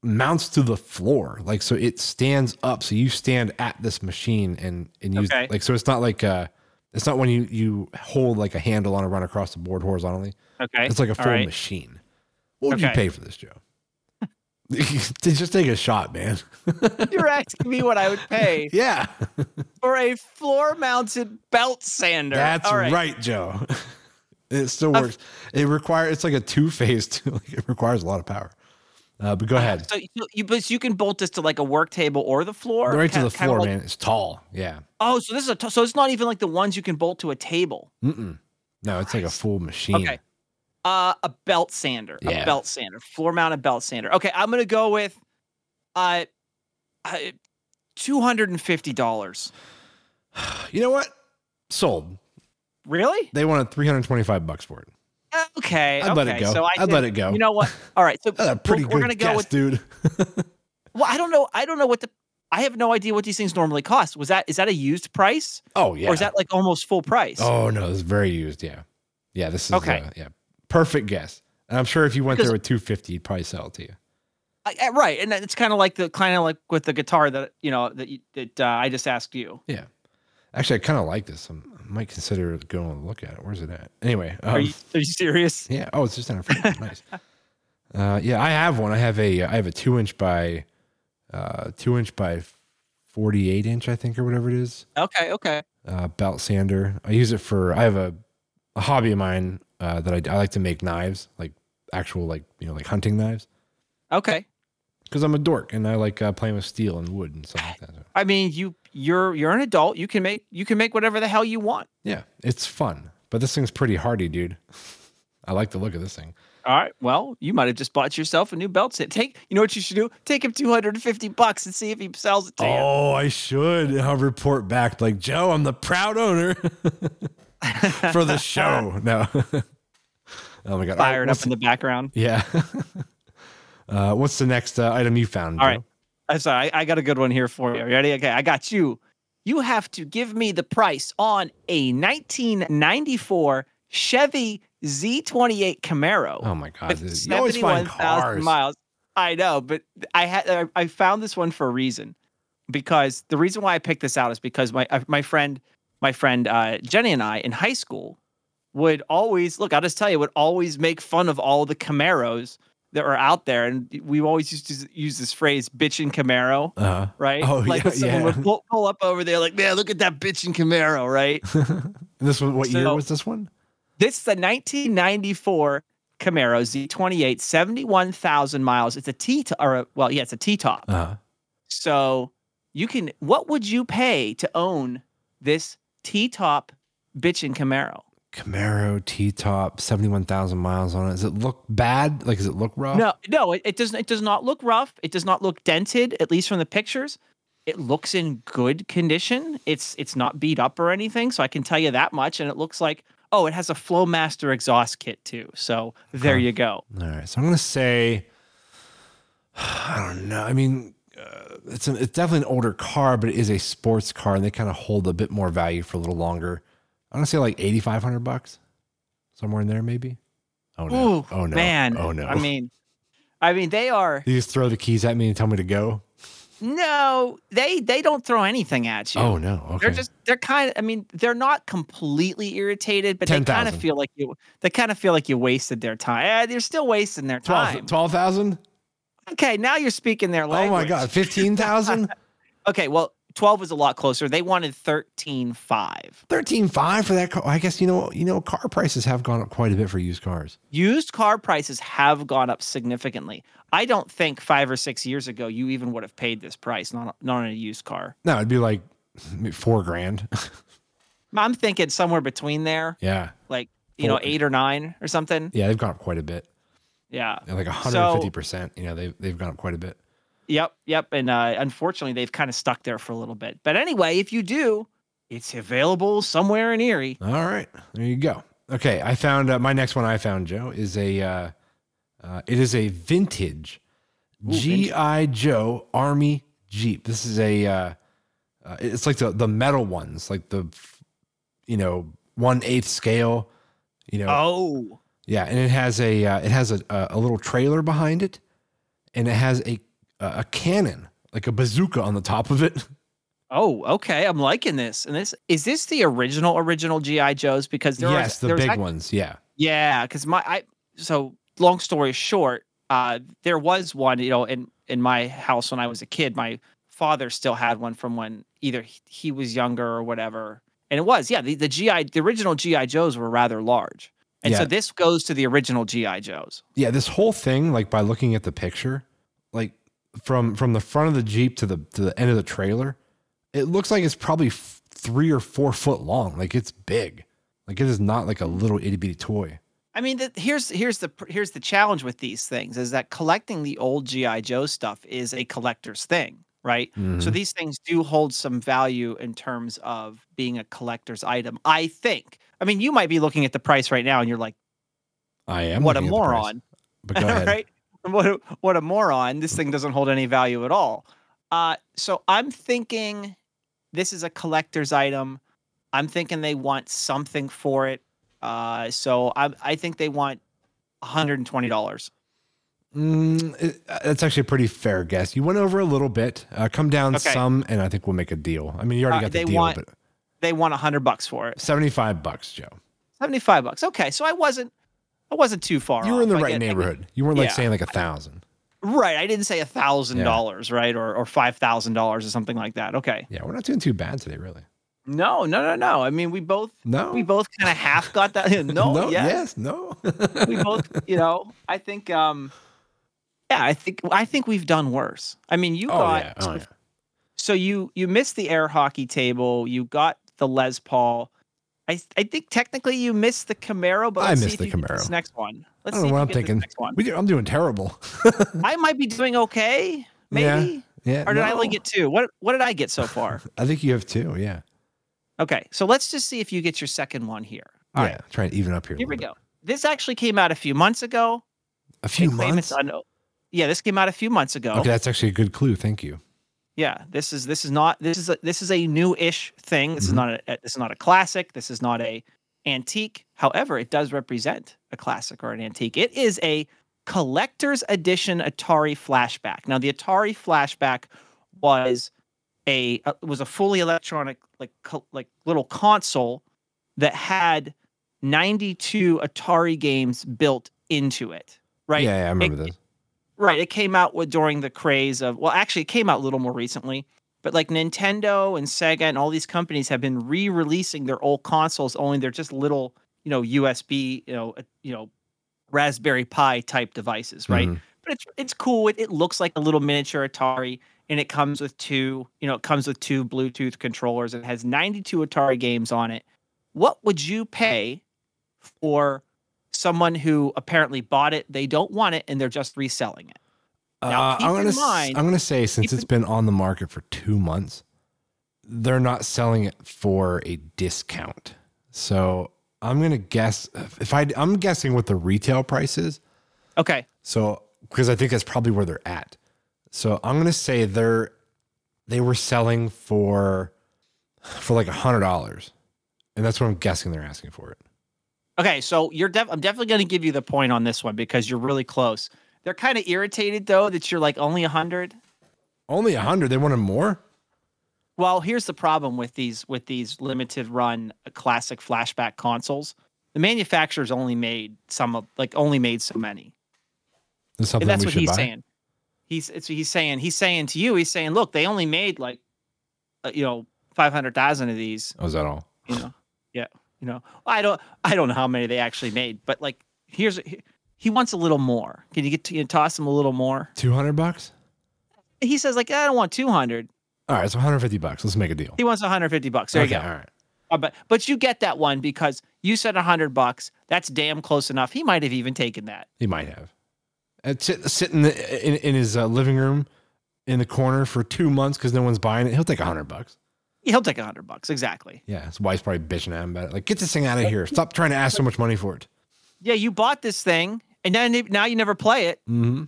B: mounts to the floor. Like so it stands up. So you stand at this machine and and use
C: Okay.
B: like so it's not like uh it's not when you you hold like a handle on a run across the board horizontally.
C: Okay.
B: It's like a
C: All
B: full
C: right.
B: machine. What would you
C: Eh, Okay.
B: pay for this, Joe? Just take a shot, man.
C: You're asking me what I would pay
B: yeah.
C: for a floor mounted belt sander.
B: That's
C: All
B: right. Joe. It still works. it requires it's like a two phase. Like it requires a lot of power. Uh, but go ahead,
C: So you, you, but you can bolt this to like a work table or the floor.
B: right to
C: Ki-
B: the
C: kinda
B: floor,
C: like-
B: man. It's tall. Yeah.
C: Oh, so this is a t- so it's not even like the ones you can bolt to a table.
B: Mm-mm. No, it's like a full machine.
C: Okay. Uh, a belt sander,
B: Yeah.
C: a belt sander, floor mounted belt sander. Okay, I'm gonna go with, uh, uh two hundred and fifty dollars.
B: You know what? Sold.
C: Really?
B: They wanted 325 bucks for it.
C: Okay.
B: I'd let it
C: Eh, okay,
B: go.
C: So I
B: I'd
C: did-
B: let it go.
C: You know what? All right. So
B: That's a pretty
C: we're,
B: good
C: we're gonna
B: guess,
C: go with.
B: dude.
C: Well, I don't know. I don't know what the. I have no idea what these things normally cost. Was that is that a used price
B: Oh yeah.
C: or is that like almost full price?
B: Oh no, it's very used. Yeah, yeah. This is
C: Okay.
B: uh, yeah, perfect guess. And I'm sure if you went
C: Because-
B: there with 250, he'd probably sell it to you.
C: I, I- right, and it's kind of like the kind of like with the guitar that you know that you, that uh, I just asked you.
B: Actually, I kind of like this. I'm, I might consider going and look at it. Where's it at? Anyway,
C: are
B: um,
C: you are you serious?
B: yeah. Oh, it's just in our front. nice. Uh, yeah, I have one. I have a I have a two inch by, uh, two inch by, 48 inch I think or whatever it is.
C: Okay, okay,
B: uh, belt sander. I use it for I have a, a hobby of mine uh, that I, I like to make knives, like actual like you know like hunting knives,
C: okay.
B: because I'm a dork and I like uh, playing with steel and wood and stuff like that.
C: I mean, you you're you're an adult. You can make you can make whatever the hell you want.
B: Yeah, it's fun, but this thing's pretty hardy, dude. I like the look of this thing.
C: All right. Well, you might have just bought yourself a new belt set. Take you know what you should do? Take him two hundred and fifty bucks and see if he sells it to you.
B: Oh, I should. I'll report back like Joe. I'm the proud owner for the show. No. oh my god.
C: Fired
B: What's
C: up in the background.
B: yeah. uh, what's the next uh, item you found?
C: All
B: Joe?
C: right. I'm sorry. I, I got a good one here for you. Ready? Okay. I got you. You have to give me the price on a 1994 Chevy Z28 Camaro.
B: Oh my god.
C: with
B: this- You always find
C: 71,000
B: cars.
C: miles. I know, but I had I, I found this one for a reason because the reason why I picked this out is because my uh, my friend my friend uh, Jenny and I in high school would always look. I'll just tell you, would always make fun of all the Camaros that were out there, and we always used to use this phrase "bitchin' Camaro,"
B: Uh-huh.
C: right?
B: Oh,
C: like
B: yeah,
C: when someone
B: yeah.
C: would pull, pull up over there, like man, look at that bitchin' Camaro, right?
B: Uh-huh. this was what year
C: So-
B: was this one?
C: This is a 1994 Camaro Z28, 71,000 miles. It's a T to- or a, well, yeah, it's a T top.
B: Uh,
C: So you can. What would you pay to own this T top bitchin' Camaro?
B: Camaro T top, seventy one thousand miles on it. Does it look bad? Like, does it look rough?
C: No, no, it, it doesn't. It does not look rough. It does not look dented, at least from the pictures. It looks in good condition. It's it's not beat up or anything, so I can tell you that much. And it looks like oh, it has a Flowmaster exhaust kit too. So there
B: Huh.
C: you go.
B: All right, so I'm gonna say, I don't know. I mean, uh, it's an, it's definitely an older car, but it is a sports car, and they kind of hold a bit more value for a little longer. I'm gonna say like eighty five hundred bucks, somewhere in there, maybe. Oh no!
C: Ooh,
B: oh no!
C: man.
B: Oh no!
C: I mean, I mean, they are
B: you just throw the keys at me and tell me to go.
C: no, they they don't throw anything at you.
B: Oh no! Okay.
C: They're just they're kind of. I mean, they're not completely irritated, but they kind
B: 10,000.
C: of feel like you. They kind of feel like you wasted their time. Eh, they're still wasting their time.
B: 12,000?
C: Okay, now you're speaking their
B: Oh
C: language.
B: my God, 15,000?
C: Okay, well, twelve was a lot closer. They wanted thirteen five.
B: Thirteen five for that car. I guess you know you know car prices have gone up quite a bit for used cars.
C: Used car prices have gone up significantly. I don't think five or six years ago you even would have paid this price, not not on a used car.
B: No, it'd be like four grand.
C: I'm thinking somewhere between there.
B: yeah,
C: like you know, eight or nine or something.
B: Yeah, they've gone up quite a bit.
C: Yeah.
B: Like 150%. you know, they've, they've gone up quite a bit.
C: Yep, yep. And uh, unfortunately, they've kind of stuck there for a little bit. But anyway, if you do, it's available somewhere in Erie.
B: All right, there you go. Okay, I found uh, my next one. I found Joe is a uh, uh, it is a vintage GI Joe Army Jeep. This is a uh, uh, it's like the the metal ones, like the you know one eighth scale. You know,
C: Oh,
B: yeah, and it has a uh, it has a, a a little trailer behind it, and it has a a cannon like a bazooka on the top of it.
C: oh, okay. I'm liking this. And this is this the original original GI Joes because there
B: yes,
C: was,
B: the
C: there was
B: big
C: ac-
B: ones. Yeah,
C: Yeah, because my I so long story short, uh, there was one you know in in my house when I was a kid. My father still had one from when either he, he was younger or whatever, and it was yeah the the GI the original GI Joes were rather large, and so
B: Yeah.
C: this goes to the original GI Joes.
B: yeah this whole thing like by looking at the picture like from from the front of the jeep to the to the end of the trailer it looks like it's probably f- three or four foot long like it's big like it is not like a little itty-bitty toy
C: I mean, the, here's here's the pr- here's the challenge with these things is that collecting the old GI Joe stuff is a collector's thing, right?
B: Mm-hmm.
C: So these things do hold some value in terms of being a collector's item. I think. I mean, you might be looking at the price right now and you're like,
B: i am
C: "What a
B: looking at the price,
C: moron!"
B: but go ahead
C: right? What a, what a moron! This thing doesn't hold any value at all. Uh, so I'm thinking this is a collector's item. I'm thinking they want something for it. Uh, so I I think they want $120.
B: Mm, it- that's actually a pretty fair guess you went over a little bit uh, come down
C: Okay.
B: some and i think we'll make a deal i mean you already
C: Uh,
B: got the
C: they
B: deal
C: want-
B: but
C: They want 100 bucks for it.
B: 75 bucks joe
C: 75 bucks. Okay, so I wasn't I wasn't too far.
B: you were in the
C: off. I
B: right
C: get- I get-
B: neighborhood you weren't like
C: Yeah.
B: saying like a thousand
C: right, I didn't say $1,000,
B: Yeah.
C: right? Or or $5,000 or something like that. Okay.
B: yeah we're not doing too bad today really
C: No, no, no, no. I mean, we both
B: no
C: we both kind of half got that. No,
B: no
C: yes.
B: no Oh,
C: we both, you know, I think um yeah, I think I think we've done worse. I mean,
B: Oh,
C: you got so, so you you missed the air hockey table, you got the Les Paul. I th- I think technically you missed the Camaro, but
B: I
C: let's see
B: missed
C: if
B: the
C: you get This
B: Camaro.
C: next one. Let's
B: I don't
C: see
B: know what I'm
C: if you get this
B: thinking.
C: next one.
B: We do, I'm doing terrible.
C: I might be doing okay,
B: Yeah,
C: maybe.
B: Yeah.
C: Or did I
B: no.
C: only get two? What what did I get so far?
B: I think you have two. Yeah.
C: okay, so let's just see if you get your second one here. All
B: yeah.
C: right,
B: Trying to even up here. a
C: here we
B: little
C: go. This actually came out a few months ago.
B: bit. A
C: They
B: few
C: claim
B: months.
C: it's un- yeah, this came out a few months ago.
B: Okay, that's actually a good clue. Thank you.
C: Yeah, this is this is not this is a, this is a new-ish thing. This
B: Mhm.
C: is not a a- this is not a classic. This is not a antique. However, it does represent a classic or an antique. It is a collector's edition Atari Flashback. Now, the Atari Flashback was a uh, was a fully electronic like co- like little console that had 92 Atari games built into it. Right?
B: Yeah, yeah, I remember
C: It-
B: this.
C: Right. It came out with, during the craze of, well, actually, it came out a little more recently, but like Nintendo and Sega and all these companies have been re releasing their old consoles, only they're just little, you know, USB, you know, uh, you know, Raspberry Pi type devices, right?
B: Mhm.
C: But it's it's cool. It, it looks like a little miniature Atari, and it comes with two, you know, it comes with two Bluetooth controllers. It has 92 Atari games on it. What would you pay for someone who apparently bought it, they don't want it, and they're just reselling it? Now,
B: Uh,
C: keep
B: I'm
C: in
B: gonna. s-
C: mind-
B: I'm gonna say since
C: keep
B: it's been on the market for two months, they're not selling it for a discount. So I'm gonna guess if I. I'm guessing what the retail price is.
C: Okay.
B: So, because I think that's probably where they're at. So I'm gonna say they're they were selling for for like a hundred dollars, and that's what I'm guessing they're asking for it.
C: Okay, so you're def- I'm definitely going to give you the point on this one because you're really close. They're kind of irritated though that you're like only 100.
B: Only a hundred. They wanted more.
C: Well, here's the problem with these with these limited run uh, classic flashback consoles. The manufacturers only made some of like only made so many.
B: Is something
C: And that's
B: we
C: what
B: should
C: he's
B: buy.
C: saying. He's it's, he's saying he's saying to you he's saying look, they only made like uh, you know 500,000 of these
B: Oh, is that all?
C: you know yeah you know i don't i don't know how many they actually made but like here's he, he wants a little more can you get to you toss him a little more
B: Two hundred bucks.
C: he says like i don't want 200
B: All right, so 150 bucks. Let's make a deal.
C: he wants 150 bucks there
B: Okay,
C: you go
B: All right.
C: Uh, But but you get that one because you said a hundred bucks. That's damn close enough. He might have even taken that.
B: He might have. And sit, sit in, the, in in his uh, living room in the corner for two months because no one's buying it. He'll take a hundred bucks.
C: He'll take a hundred bucks exactly.
B: Yeah, his wife's probably bitching at him about it. Like, get this thing out of here. Stop trying to ask so much money for it.
C: Yeah, you bought this thing, and now you- now you never play it.
B: Mm-hmm.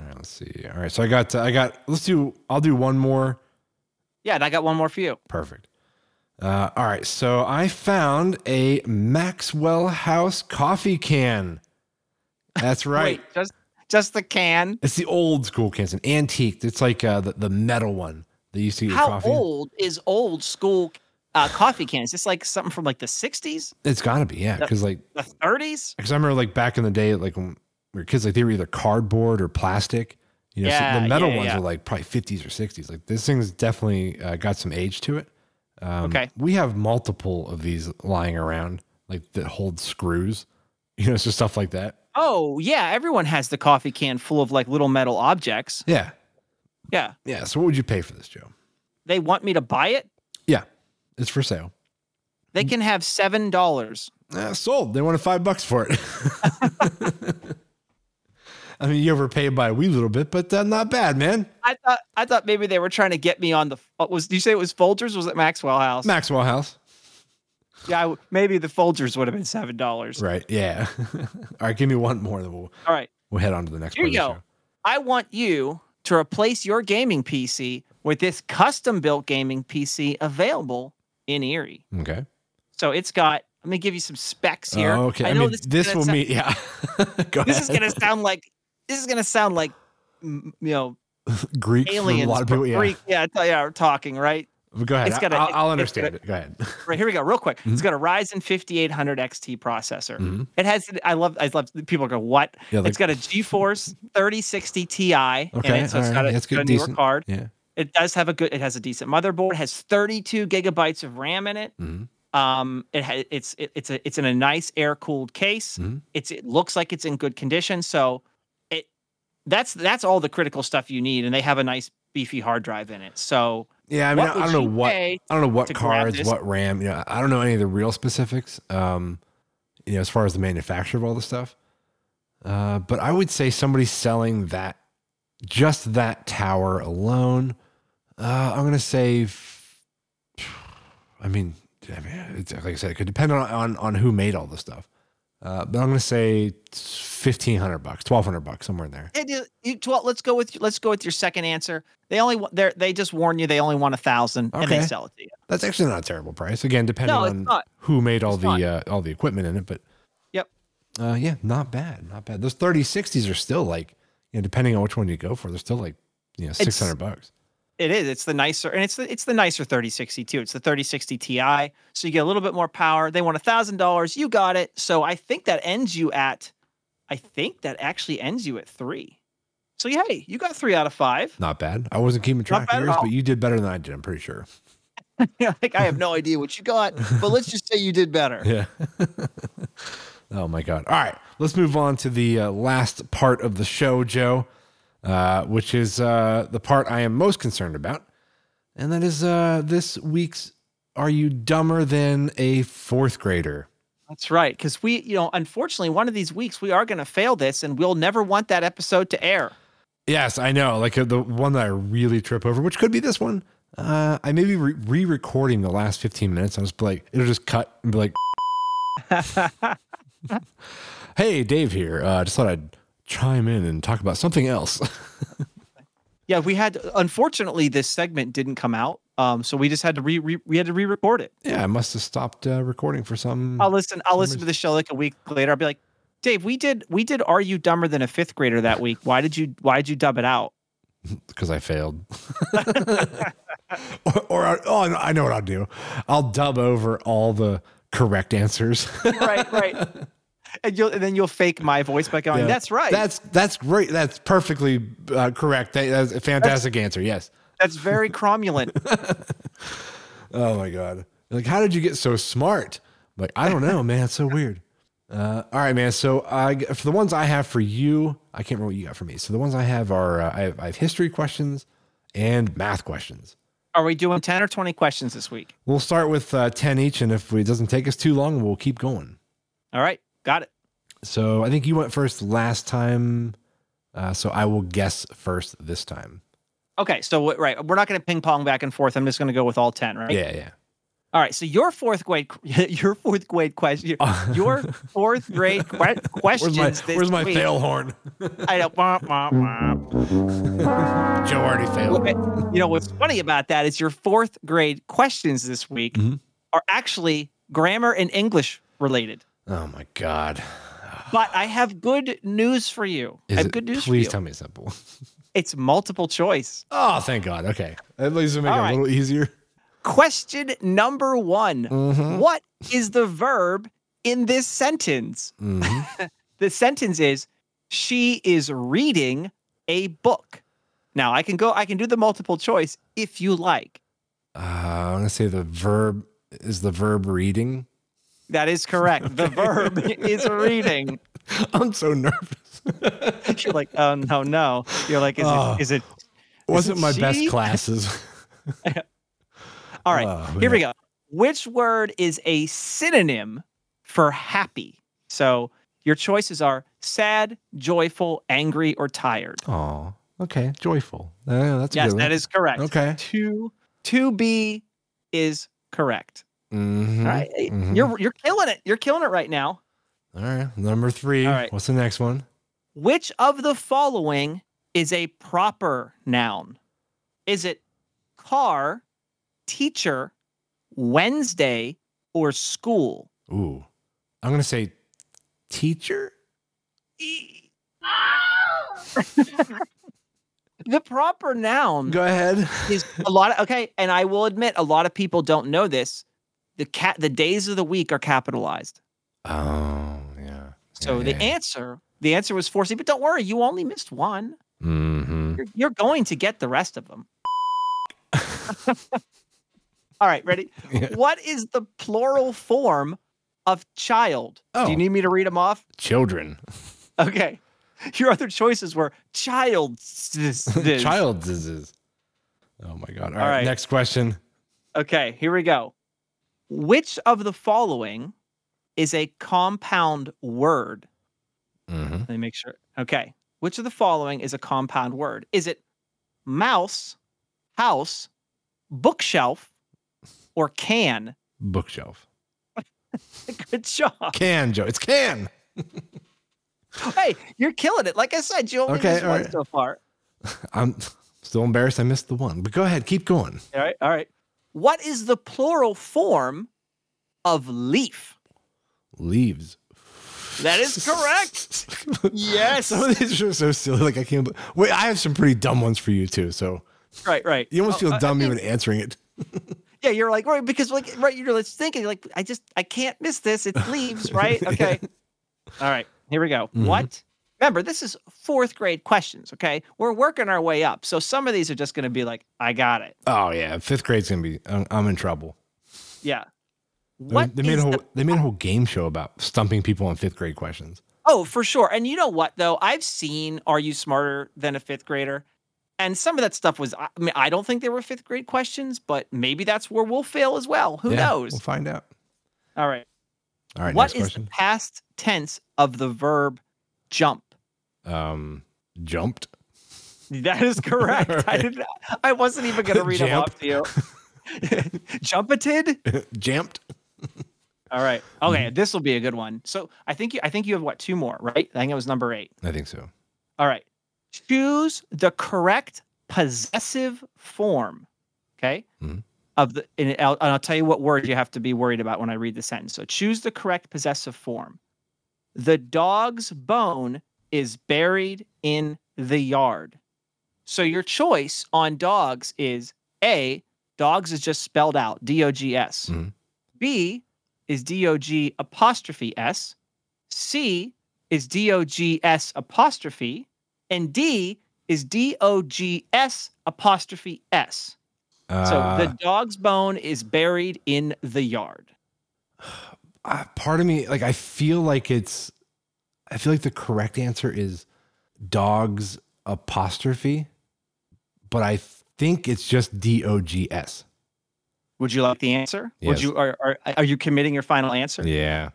B: All right, let's see. All right, so I got I got. Let's do. I'll do one more.
C: Yeah, and I got one more for you.
B: Perfect. Uh, all right, so I found a Maxwell House coffee can. That's right.
C: Wait, just just the can.
B: It's the old school can. It's an antique. It's like uh, the, the metal one that you see.
C: How
B: coffee.
C: old is old school uh, coffee can? Is this like something from like the '60s,
B: It's got to be, yeah. Because like,
C: the '30s?
B: because I remember like back in the day, like when we were kids, like they were either cardboard or plastic. You know, so
C: Yeah,
B: the metal
C: yeah,
B: ones
C: yeah.
B: are like probably 50s or 60s. Like this thing's definitely uh, got some age to it. Um,
C: Okay.
B: We have multiple of these lying around, like that hold screws. You know, so stuff like that.
C: Oh yeah, everyone has the coffee can full of like little metal objects.
B: Yeah,
C: Yeah,
B: yeah. So what would you pay for this, Joe?
C: they want me to buy it.
B: Yeah, it's for sale. Mm.
C: They can have seven dollars.
B: Uh, sold. They wanted five bucks for it. I mean, you overpaid by a wee little bit, but uh, not bad, man.
C: I thought I thought maybe they were trying to get me on the. uh, Was do you say it was Folgers? Was it Maxwell House?
B: Maxwell House.
C: yeah, I w- maybe the Folgers would have been seven dollars.
B: Right. Yeah. All right. Give me one more, then we'll
C: All right,
B: we'll head on to the next.
C: here
B: part
C: you
B: of the
C: go. I want you to replace your gaming PC with this custom-built gaming PC available in Erie.
B: show. Okay.
C: So it's got. Let me give you some specs here.
B: Oh, okay. I,
C: know
B: mean,
C: this.
B: this,
C: is gonna
B: will
C: sound-
B: meet. Yeah. go
C: This is
B: ahead.
C: gonna sound like. This is gonna sound like. mm, You know,
B: Greek for a
C: aliens.
B: lot of
C: but
B: people. Yeah.
C: Greek- yeah, I- yeah, are talking right.
B: But Go ahead.
C: It's gotta-
B: I,
C: it-
B: will I'll
C: it's gotta-
B: understand it. Go ahead.
C: Right here we go, real quick. It's
B: Mm-hmm.
C: got a Ryzen 5800 XT processor.
B: Mhm.
C: It has. I love. I love. People go, what?
B: Yeah. Like,
C: it's got a GeForce 3060 Ti in
B: Okay,
C: it, so it's
B: all
C: got
B: right,
C: a,
B: that's
C: it's got
B: good,
C: a newer
B: decent.
C: card.
B: yeah.
C: It does have a good. It has a decent motherboard. It has 32 gigabytes of RAM in it.
B: Mhm.
C: Um, it ha- it's it, it's a it's in a nice air cooled case.
B: Mhm.
C: It's it looks like it's in good condition. So it that's that's all the critical stuff you need, and they have a nice beefy hard drive in it. So
B: Yeah. I mean,
C: what
B: I, I
C: would
B: don't know
C: you
B: what.
C: pay
B: I don't know
C: to
B: what
C: grab
B: cards,
C: this?
B: what RAM. You know, I don't know any of the real specifics. Um, you know, as far as the manufacturer of all this stuff. Uh, but I would say somebody selling that, just that tower alone. Uh, I'm gonna say. f- I mean, I mean, it's, like I said, it could depend on on, on who made all this stuff. Uh, but I'm gonna say fifteen hundred bucks, twelve hundred bucks, somewhere in there.
C: It is- you- tw- let's go with let's go with your second answer. They only wa- they they just warn you they only want a thousand and they
B: Okay.
C: sell it to you.
B: That's actually not a terrible price. Again, depending
C: No, it's
B: on
C: not.
B: who made all
C: It's
B: the
C: not.
B: uh, all the equipment in it, but
C: Yep.
B: Uh, yeah, not bad, not bad. Those thirty sixties are still like, you know, depending on which one you go for, they're still like, you know, six hundred bucks.
C: It is. It's the nicer, and it's the it's the nicer 3060 too. It's the 3060 Ti, so you get a little bit more power. They want a thousand dollars. You got it. So I think that ends you at, I think that actually ends you at three. So hey, you got three out of five.
B: Not bad. I wasn't keeping track
C: bad at
B: of yours,
C: all.
B: but you did better than I did. I'm pretty sure.
C: like I have no idea what you got, but let's just say you did better.
B: Yeah. oh my god. All right, let's move on to the uh, last part of the show, Joe, uh, which is uh, the part I am most concerned about, and that is uh, this week's. Are you dumber than a fourth grader?
C: That's right, because we, you know, unfortunately, one of these weeks we are going to fail this, and we'll never want that episode to air.
B: Yes, I know. Like uh, the one that I really trip over, which could be this one. Uh, I may be re- re-recording the last 15 minutes. I'll just be like, it'll just cut and be like, hey, Dave here. Uh, just thought I'd chime in and talk about something else.
C: Yeah, we had unfortunately this segment didn't come out. Um, so we just had to re, re we had to re-record it.
B: yeah, I must have stopped uh, recording for some.
C: I'll listen, I'll listen to the show like a week later. I'll be like, Dave, we did we did Are You Dumber Than a Fifth Grader that week. Why did you why did you dub it out?
B: because I failed. or, or I- oh, I know what I'll do. I'll dub over all the correct answers.
C: Right, right. and you'll and then you'll fake my voice by going,
B: Yeah.
C: That's right. That's,
B: That's that's great. That's perfectly uh, correct. That- that's a fantastic answer. Yes.
C: very cromulent.
B: Oh my god! Like, how did you get so smart? Like, I don't know, man. It's so weird. Uh, all right, man. So, I for the ones I have for you, I can't remember what you got for me. So, the ones I have are uh, I, have, I have history questions and math questions.
C: Are we doing ten or twenty questions this week?
B: We'll start with uh, 10 each, and if it doesn't take us too long, we'll keep going.
C: All right, got it.
B: So I think you went first last time. Uh, so I will guess first this time.
C: Okay, so what- right, we're not going to ping pong back and forth. I'm just going to go with all ten, right?
B: Yeah, yeah.
C: All right. So your fourth grade, your fourth grade question, your, your fourth grade que- questions.
B: Where's my,
C: this
B: where's my
C: week.
B: fail horn?
C: I know. wah, wah, wah.
B: Joe already failed.
C: Wait, You know what's funny about that is your fourth grade questions this week
B: Mhm.
C: are actually grammar and English related.
B: Oh my God.
C: But I have good news for you. I
B: Is
C: have
B: it-
C: good news for
B: please
C: you.
B: tell me it's simple.
C: It's multiple choice.
B: Oh, thank God. Okay. At least it'll make
C: All
B: it
C: right.
B: a little easier.
C: Question number one.
B: Mhm.
C: What is the verb in this sentence?
B: Mhm.
C: the sentence is she is reading a book now i can go i can do the multiple choice if you like
B: Uh, I'm going to say the verb is the verb reading.
C: that is correct the verb is reading
B: I'm so nervous.
C: you're like oh no no you're like is
B: Oh.
C: it is it
B: Wasn't my best
C: she-
B: classes.
C: all right
B: Oh,
C: here we go which word is a synonym for happy so your choices are sad joyful angry or tired
B: Oh, okay. Joyful. Uh, that's a
C: yes
B: good
C: that is correct
B: Okay.
C: two to be is correct
B: Mm-hmm.
C: All right. Eh, You're you're killing it. You're killing it right now.
B: All right. Number three.
C: All right.
B: What's the next one?
C: Which of the following is a proper noun? Is it car, teacher, Wednesday, or school?
B: Ooh. I'm going to say teacher.
C: E- the proper noun
B: Go ahead.
C: is a lot of okay, and I will admit a lot of people don't know this. The cat the days of the week are capitalized.
B: Oh, yeah.
C: So
B: Yeah,
C: the
B: yeah, yeah.
C: answer the answer was 4C, but don't worry, you only missed one.
B: Mm-hmm.
C: you're, you're going to get the rest of them. All right, ready?
B: Yeah.
C: What is the plural form of child? Do
B: Oh.
C: you need me to read them off?
B: Children.
C: Okay. Your other choices were child. Child.
B: Child disease. Oh, my God. All right,
C: All right.
B: Next question.
C: Okay, here we go. Which of the following is a compound word?
B: Mm-hmm.
C: Let me make sure. Okay. Which of the following is a compound word? Is it mouse, house, bookshelf, or can?
B: Bookshelf.
C: Good job.
B: Can, Joe. It's can.
C: Hey, you're killing it. Like I said, you only
B: Okay,
C: missed
B: all
C: one
B: right.
C: so far.
B: I'm still embarrassed I missed the one, but go ahead. Keep going.
C: All right, all right. What is the plural form of leaf?
B: Leaves.
C: That is
B: correct.
C: Yes.
B: Some of these are so silly. Like I can't. bel- Wait, I have some pretty dumb ones for you too. So
C: Right, right.
B: you almost
C: Oh,
B: feel
C: I- I
B: dumb
C: think-
B: even answering it.
C: Yeah, you're like right because like right, you're just thinking like I just I can't miss this. It's leaves, right? Okay. All right, here we go.
B: Mhm.
C: What? Remember, this is fourth grade questions. Okay, we're working our way up, so some of these are just going to be like, I got it.
B: Oh yeah, fifth grade's gonna be. I'm, I'm in trouble.
C: Yeah.
B: They-
C: What
B: they made
C: is
B: a
C: the
B: whole they made a whole game show about stumping people on fifth grade questions.
C: Oh, for sure. And you know what though? I've seen Are You Smarter Than a Fifth Grader? And some of that stuff was I mean, I don't think they were fifth grade questions, but maybe that's where we'll fail as well. Who
B: Yeah,
C: knows?
B: We'll find out.
C: All right.
B: All right.
C: what
B: next
C: is the
B: question.
C: past tense of the verb jump?
B: Um, jumped.
C: That is correct. I
B: right.
C: did not, I wasn't even gonna read them
B: Jump.
C: off to you. Jumpeted?
B: Jumped.
C: All right. Okay, this will be a good one. So I think you I think you have what, two more, right? I think it was number eight.
B: I think so.
C: All right. Choose the correct possessive form. Okay.
B: Mhm.
C: Of the, and I'll, and I'll tell you what word you have to be worried about when I read the sentence. So choose the correct possessive form. The dog's bone is buried in the yard. So your choice on dogs is A, dogs is just spelled out, D O G S.
B: Mhm.
C: B is D O G apostrophe S. C is D O G S apostrophe, and D is D O G S apostrophe S.
B: Uh,
C: So the dog's bone is buried in the yard.
B: uh, part of me like i feel like it's i feel like the correct answer is dogs apostrophe but i think it's just D O G S.
C: Would you like the answer?
B: Yes.
C: Would you are, are are you committing your final answer?
B: Yeah.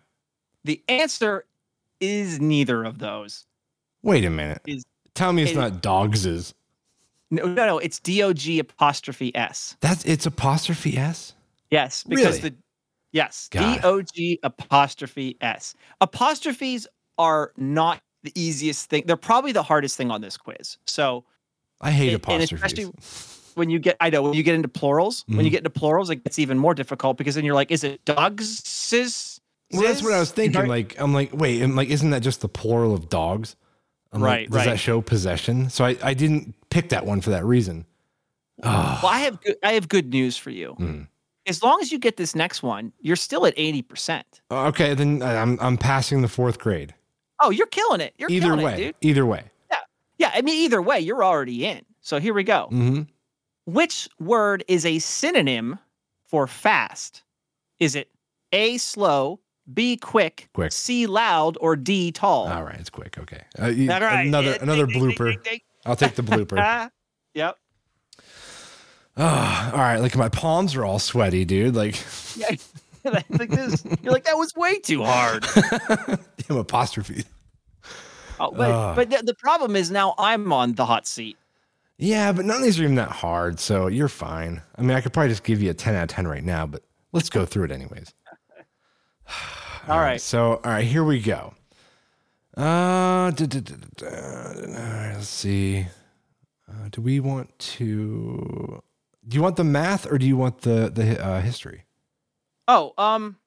C: The answer is neither of those.
B: Wait a minute.
C: Is-
B: Tell me it's
C: it-
B: not dogs's.
C: No, no, no. It's dog apostrophe s.
B: That's it's apostrophe S.
C: Yes, because
B: Really?
C: the yes
B: God.
C: dog apostrophe s. Apostrophes are not the easiest thing. They're probably the hardest thing on this quiz. So
B: I hate
C: And- and
B: apostrophes.
C: when you get, I know when you get into plurals, when you
B: Mhm.
C: get into plurals, it gets even more difficult because then you're like, is it dogs?
B: Well, that's what I was thinking.
C: Right.
B: Like, I'm like, wait, I'm like, isn't that just the plural of dogs? I'm like,
C: Right,
B: Does that
C: right.
B: show possession? So I, I didn't pick that one for that reason. Ah,
C: Well, I have good, I have good news for you.
B: Mm.
C: As long as you get this next one, you're still at eighty percent.
B: Ah, okay, then I- I'm I'm passing the fourth grade.
C: Oh, you're killing it. You're
B: either
C: killing
B: way,
C: it, dude.
B: either way.
C: Yeah, I mean, either way, you're already in. So here we go.
B: hmm
C: Which word is a synonym for fast? Is it A slow, B quick,
B: Quick.
C: C loud, or D tall?
B: All right, it's quick. Okay, uh, you-
C: All right.
B: another
C: Yeah, ding,
B: another
C: ding, ding,
B: blooper.
C: ding, ding.
B: I'll take the blooper.
C: Ah, yep.
B: Ah, all right, like my palms are all sweaty, dude. Like,
C: Yeah. like this. You're like that was way too hard.
B: damn apostrophe.
C: Oh, but
B: Ah.
C: but the, the problem is now I'm on the hot seat.
B: Yeah, but none of these are even that hard, so you're fine. I mean, I could probably just give you a 10 out of 10 right now, but let's go through it anyways.
C: All right.
B: So, all right, here we go. Uh, da, da, da, da, da, all right, let's see. Uh, do we want to? Do you want the math or do you want the the hi- uh, history?
C: Oh, um,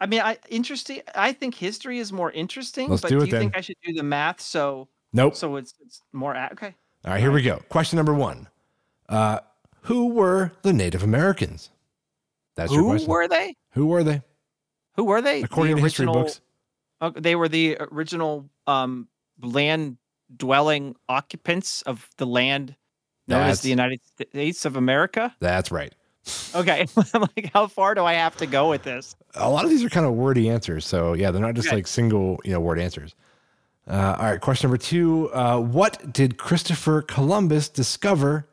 C: I mean, I interesting. I think history is more interesting.
B: Let's
C: but
B: do it
C: you think
B: then.
C: I should do the math? So
B: Nope.
C: so it's, it's more a- okay.
B: All right, here we go. Question number one. Uh, who were the Native Americans? That's your
C: Who
B: question.
C: were they?
B: who were they?
C: Who were they? The
B: According to history
C: original-
B: books.
C: Uh, they were the original um, land dwelling occupants of the land known as
B: That's-
C: the United States of America.
B: That's right.
C: Okay, I'm like, how far do I have to go with this?
B: a lot of these are kind of wordy answers. So yeah, they're not just
C: Okay.
B: like single you know word answers. Uh, all right, question number two: uh, What did Christopher Columbus discover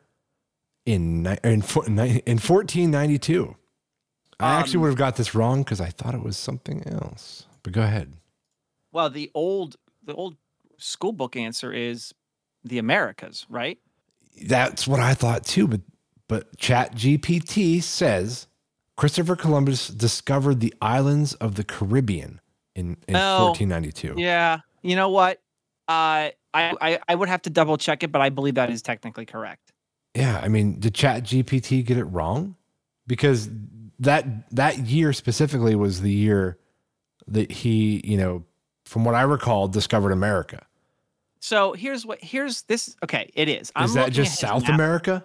B: in ni- in four- ni- in fourteen ninety two? I actually
C: Um,
B: would have got this wrong because I thought it was something else. But go ahead.
C: Well, the old the old school book answer is the Americas, right?
B: That's what I thought too. But but Chat GPT says Christopher Columbus discovered the islands of the Caribbean in in
C: Oh,
B: fourteen ninety two.
C: Yeah. You know what? Uh, I, I I would have to double check it, but I believe that is technically correct.
B: Yeah, I mean, did Chat GPT get it wrong? Because that that year specifically was the year that he, you know, from what I recall, discovered America.
C: So here's what here's this. Okay, it is. I'm
B: Is that
C: looking at
B: just
C: his
B: South
C: map.
B: America?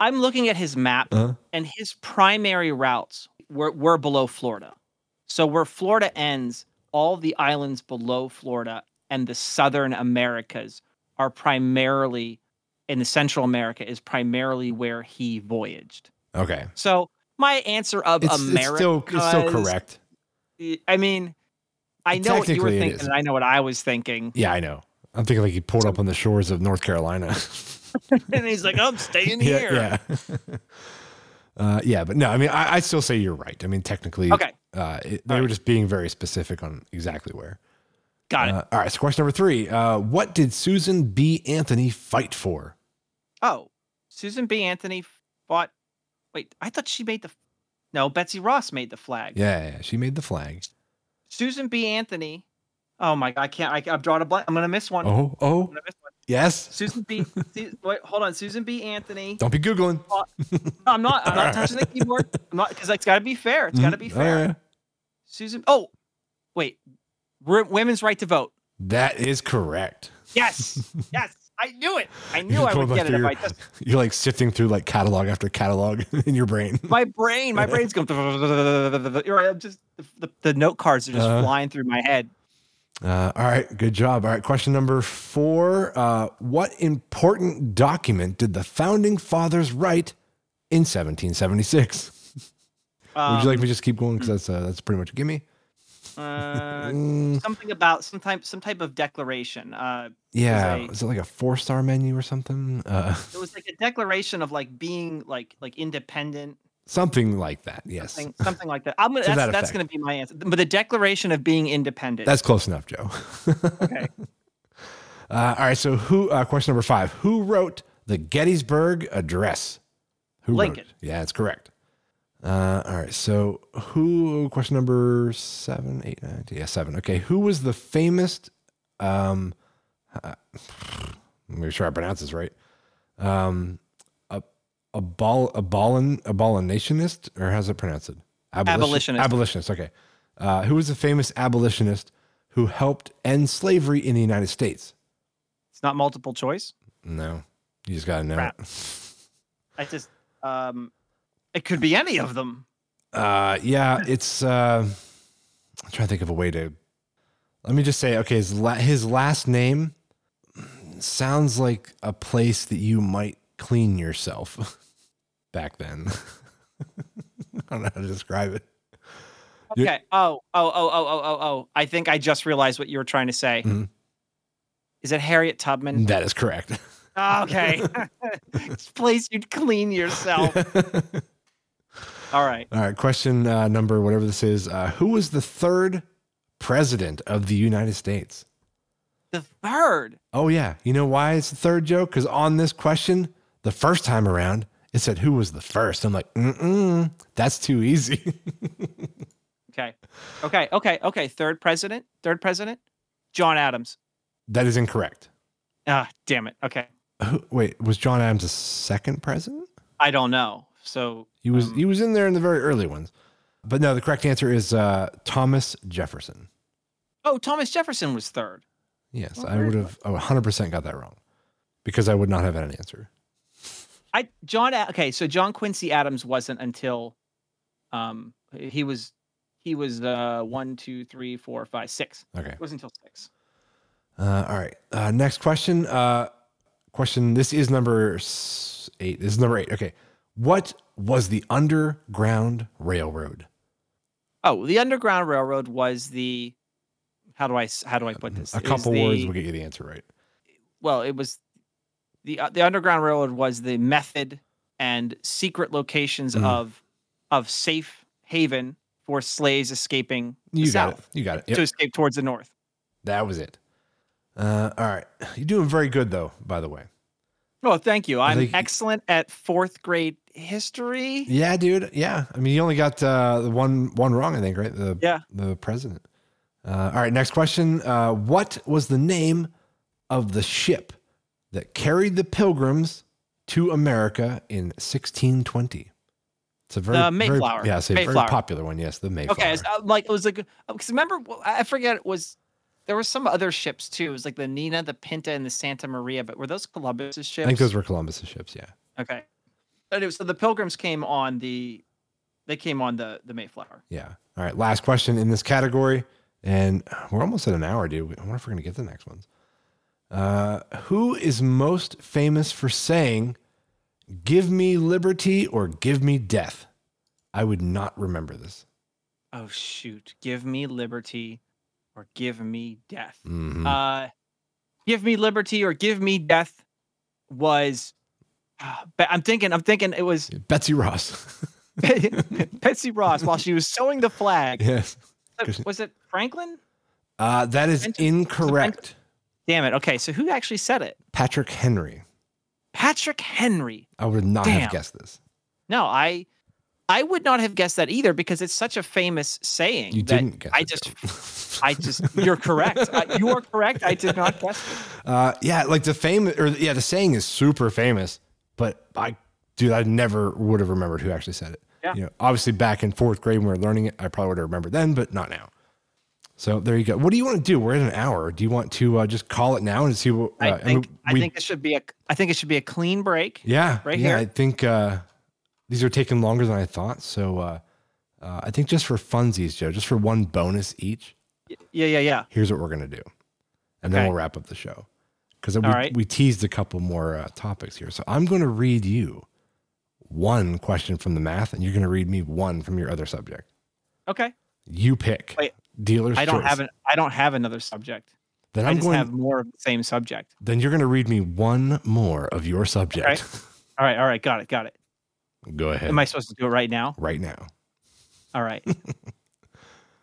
C: I'm looking at his map.
B: Uh,
C: and his primary routes were, were below Florida. So where Florida ends, all the islands below Florida and the southern Americas are primarily in the Central America is primarily where he voyaged.
B: okay,
C: So my answer of
B: it's, it's
C: America
B: still it's still correct.
C: I mean, I know what you were
B: Technically, it
C: thinking
B: is.
C: and I know what I was thinking.
B: Yeah, I know. I'm thinking like he pulled up on the shores of North Carolina.
C: and he's like, I'm staying
B: yeah,
C: here.
B: yeah. Uh, yeah, but no, I mean, I, I still say you're right. I mean, technically,
C: Okay.
B: uh, it, they
C: All
B: were
C: right.
B: just being very specific on exactly where.
C: Got it.
B: Uh, all right. So, question number three uh, What did Susan B. Anthony fight for?
C: Oh, Susan B. Anthony fought. Wait, I thought she made the. No, Betsy Ross made the flag.
B: Yeah, yeah, she made the flag.
C: Susan B. Anthony. Oh my God, I can't. I, I've drawn a blank. I'm gonna miss one.
B: Oh,
C: I'm
B: oh,
C: gonna miss one.
B: yes.
C: Susan B. Su- wait, hold on. Susan B. Anthony.
B: Don't be Googling.
C: No, I'm not. I'm not touching the keyboard. I'm not because it's got to be fair. It's got to be
B: Mhm.
C: fair.
B: Oh, yeah.
C: Susan. Oh, wait. Ro- women's right to vote.
B: That is correct.
C: Yes. yes. I knew it. I knew
B: You're
C: I would
B: going
C: get it
B: through
C: if I
B: your-
C: just.
B: You're like sifting through like catalog after catalog in your brain.
C: My brain, my brain's going. You're right, I'm just the, the, the note cards are just
B: Uh-huh.
C: flying through my head.
B: Uh, all right. Good job. All right. Question number four uh, What important document did the founding fathers write in
C: Um, hmm.
B: 1776? Would you like me to just keep going? Because that's, uh, that's pretty much a gimme.
C: Uh,
B: Mm,
C: something about some type some type of declaration. Uh,
B: yeah,
C: Is a-
B: is it like a four star menu or something? Uh,
C: it was like a declaration of like being like like independent,
B: something like that. Yes,
C: something, something like that. I'm gonna
B: To
C: that's,
B: that
C: that's
B: effect.
C: gonna be my answer. But the declaration of being independent.
B: that's close enough, Joe.
C: okay.
B: Uh, all right, so who? Uh, question number five: Who wrote the Gettysburg Address? Who
C: Lincoln.
B: Wrote it? Yeah, that's correct. Uh, all right, so who? Question number seven, eight, nine, ten, yeah, seven. Okay, who was the famous? Um, uh, make sure I pronounce this right. Um, a abol abolin abolinationist, or how's it pronounced?
C: Abolitionist.
B: Abolitionist. Okay. Uh, who was the famous abolitionist who helped end slavery in the United States?
C: It's not multiple choice.
B: No, you just gotta know.
C: Crap. I just um, it could be any of them.
B: it. Uh, yeah, it's. Uh, I'm trying to think of a way to. Let me just say, okay, his la- his last name sounds like a place that you might clean yourself. Back then, I don't know how to describe it. You-
C: Okay. Oh, oh, oh, oh, oh, oh, oh. I think I just realized what you were trying to say.
B: Mhm.
C: Is it Harriet Tubman?
B: That is correct.
C: Ah, okay. It's a place you'd clean yourself. All right.
B: All right, question uh, number whatever this is. Uh, who was the third president of the United States?
C: The third.
B: Oh yeah, you know why it's the third joke? Because on this question, the first time around, it said who was the first. I'm like, mm-mm, that's too easy.
C: Okay. Okay. Okay. Okay. Third president. Third president. John Adams.
B: that is incorrect.
C: Ah, damn it. Okay.
B: Who- Wait, was John Adams the second president?
C: I don't know. So
B: He was.
C: Um,
B: he was in there in the very early ones, but no, the correct answer is uh, Thomas Jefferson.
C: oh, Thomas Jefferson was third.
B: Yes,
C: Oh,
B: I
C: very
B: would have 100 percent got that wrong because I would not have had an answer.
C: I John. A- Okay. So John Quincy Adams wasn't until, um, he was, he was uh one, two, three, four, five, six.
B: Okay.
C: It wasn't until six.
B: Uh, all right. Uh, next question. Uh, question. This is number s- eight. This is number eight. Okay. What was the Underground Railroad?
C: Oh, the Underground Railroad was the. How do I s- how do I put this?
B: A
C: It was
B: couple
C: the-
B: words will get you the answer right.
C: well, it was the uh, the Underground Railroad was the method and secret locations
B: Mhm.
C: of of safe haven for slaves escaping the
B: You got
C: south
B: it. You got it.
C: to
B: Yep.
C: escape towards the north.
B: That was it. Uh, all right. You're doing very good, though, by the way.
C: Oh, thank you. I'm
B: think-
C: excellent at fourth grade history.
B: Yeah, dude. Yeah. I mean, you only got uh, the one one wrong, I think, right? The,
C: Yeah.
B: The president. Uh, all right. Next question. Uh, what was the name of the ship that carried the pilgrims to America in 1620? It's a very,
C: The
B: very-
C: Mayflower.
B: yeah, it's a
C: Mayflower.
B: very popular one. Yes, the Mayflower.
C: Okay, it's, uh, like it was like because remember well, I I forget it was there were some other ships too. It was like the Nina, the Pinta, and the Santa Maria. But were those Columbus's ships?
B: I think those were Columbus's ships. Yeah.
C: Okay. And it was, so the pilgrims came on the they came on the the Mayflower.
B: Yeah. All right. Last question in this category. And we're almost at an hour, dude. I wonder if we're going to get the next ones. Uh, who is most famous for saying, Give me liberty or give me death? I would not remember this.
C: Oh shoot. Give me liberty or give me death.
B: Mhm.
C: Uh give me liberty or give me death was but I'm thinking I'm thinking it was
B: Betsy Ross.
C: Betsy Ross while she was sewing the flag. Uh,
B: yes.
C: Was it- Was it Franklin?
B: Uh, that is
C: Benjamin-
B: incorrect.
C: Damn it. Okay, so who actually said it?
B: Patrick Henry.
C: Patrick Henry.
B: I would not
C: Damn.
B: have guessed this.
C: No, I I would not have guessed that either because it's such a famous saying
B: You
C: that
B: didn't guess
C: I
B: it,
C: just
B: Joe.
C: I just, you're correct. I, you are correct. I did not guess. it.
B: Uh, yeah, like the famous, or yeah, the saying is super famous, but I, dude, I never would have remembered who actually said it.
C: Yeah.
B: You know, obviously back in fourth grade when we were learning it, I probably would have remembered then, but not now. So there you go. What do you want to do? We're at an hour. Do you want to uh, just call it now and see what?
C: I
B: uh, mean,
C: think I,
B: we-
C: think it should be a I think it should be a clean break.
B: Yeah.
C: right
B: yeah,
C: here.
B: I think uh, these are taking longer than I thought. So uh, uh, I think just for funsies, Joe, just for one bonus each,
C: Yeah, yeah, yeah.
B: here's what we're gonna do, and then
C: Okay.
B: we'll wrap up the show because we,
C: right.
B: we teased a couple more uh, topics here. So I'm gonna read you one question from the math, and you're gonna read me one from your other subject.
C: Okay.
B: You pick.
C: Wait,
B: Dealer's
C: I don't
B: choice.
C: have an I don't have another subject.
B: Then
C: i
B: I'm
C: just
B: going.
C: have more of the same subject.
B: Then you're going to read me one more of your subject.
C: All right, all right, got it, got it.
B: Go ahead.
C: Am I supposed to do it right now?
B: right now.
C: All right.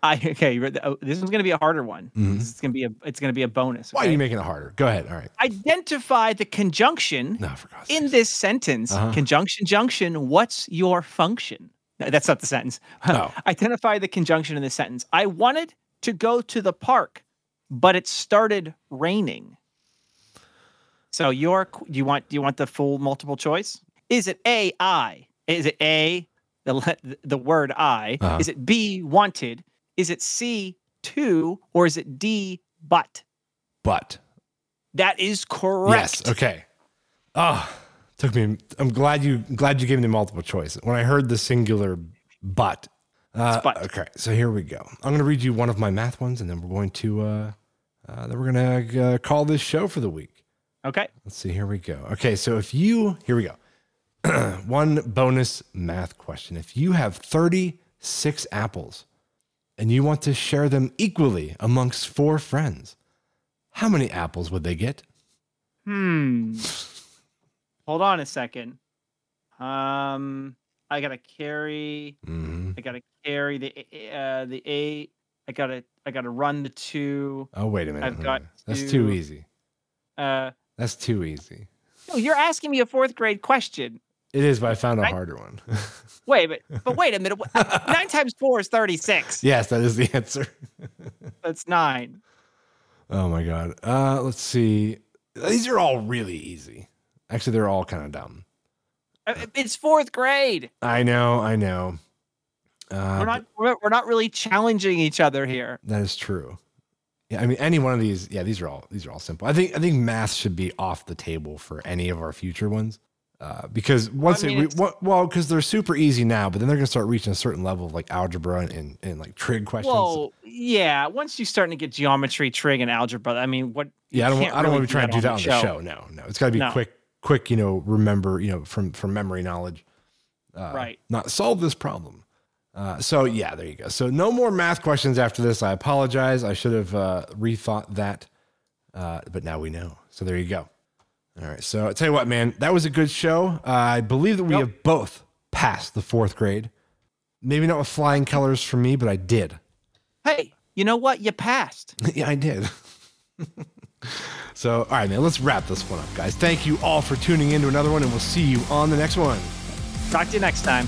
C: I okay. you read- oh, This one's gonna be a harder one.
B: Mhm.
C: It's gonna be a it's gonna be a bonus.
B: Why are
C: okay?
B: you making it harder? Go ahead. All right.
C: Identify the conjunction
B: No, I forgot.
C: in this sentence.
B: Uh-huh.
C: Conjunction junction. What's your function? No, that's not the sentence.
B: Oh.
C: Identify the conjunction in this sentence. I wanted to go to the park, but it started raining. So your qu- do you want do you want the full multiple choice? Is it A I? Is it A the le- the word I?
B: Uh-huh.
C: Is it B wanted? Is it C two or is it D but?
B: But
C: That is correct.
B: yes. Okay. Oh, took me. I'm glad you glad you gave me the multiple choice. When I heard the singular but. Uh,
C: It's but.
B: Okay. So here we go. I'm going to read you one of my math ones, and then we're going to uh, uh, then we're going to uh, call this show for the week.
C: Okay.
B: Let's see. Here we go. Okay. So if you, here we go. One bonus math question. If you have 36 apples and you want to share them equally amongst four friends, how many apples would they get?
C: Hmm. Hold on a second. Um, I gotta carry.
B: hmm
C: I gotta carry the e- uh, the eight. I gotta I gotta run the two.
B: Oh, wait a minute.
C: I've got
B: That's
C: to-
B: too easy.
C: Uh,
B: That's too easy.
C: no, you're asking me a fourth grade question.
B: It is, but I found a
C: Right?
B: harder one.
C: Wait, but but wait a minute. Wha- Nine times four is thirty six.
B: yes, that is the answer.
C: That's nine.
B: Oh my god. Uh, let's see. These are all really easy. Actually, they're all kind of dumb.
C: Uh, It's fourth grade.
B: I know. I know. Uh,
C: We're not we're, we're not really challenging each other here.
B: That is true. Yeah, I mean, any one of these. Yeah, these are all these are all simple. I think I think math should be off the table for any of our future ones, uh, because once
C: mean,
B: it,
C: it's-
B: we, well- well, because they're super easy now, but then they're gonna start reaching a certain level of like algebra and and, and, like trig questions.
C: Whoa, yeah. Once you start to get geometry, trig, and algebra, I mean, what? you
B: yeah, I don't
C: can't
B: want, I don't
C: really
B: want to try and do that on the show. No, no, it's got to be
C: No.
B: quick, quick. You know, remember, you know, from from memory knowledge. Uh,
C: Right.
B: Not solve this problem. Uh, so yeah, there you go. So no more math questions after this. I apologize. I should have uh, rethought that, uh, but now we know. So there you go. All right. So I tell you what, man, that was a good show. Uh, I believe that we
C: Yep.
B: have both passed the fourth grade. Maybe not with flying colors for me, but I did.
C: Hey, you know what? You passed.
B: yeah, I did. so, all right, man, let's wrap this one up, guys. Thank you all for tuning in to another one, and we'll see you on the next one.
C: Talk to you next time.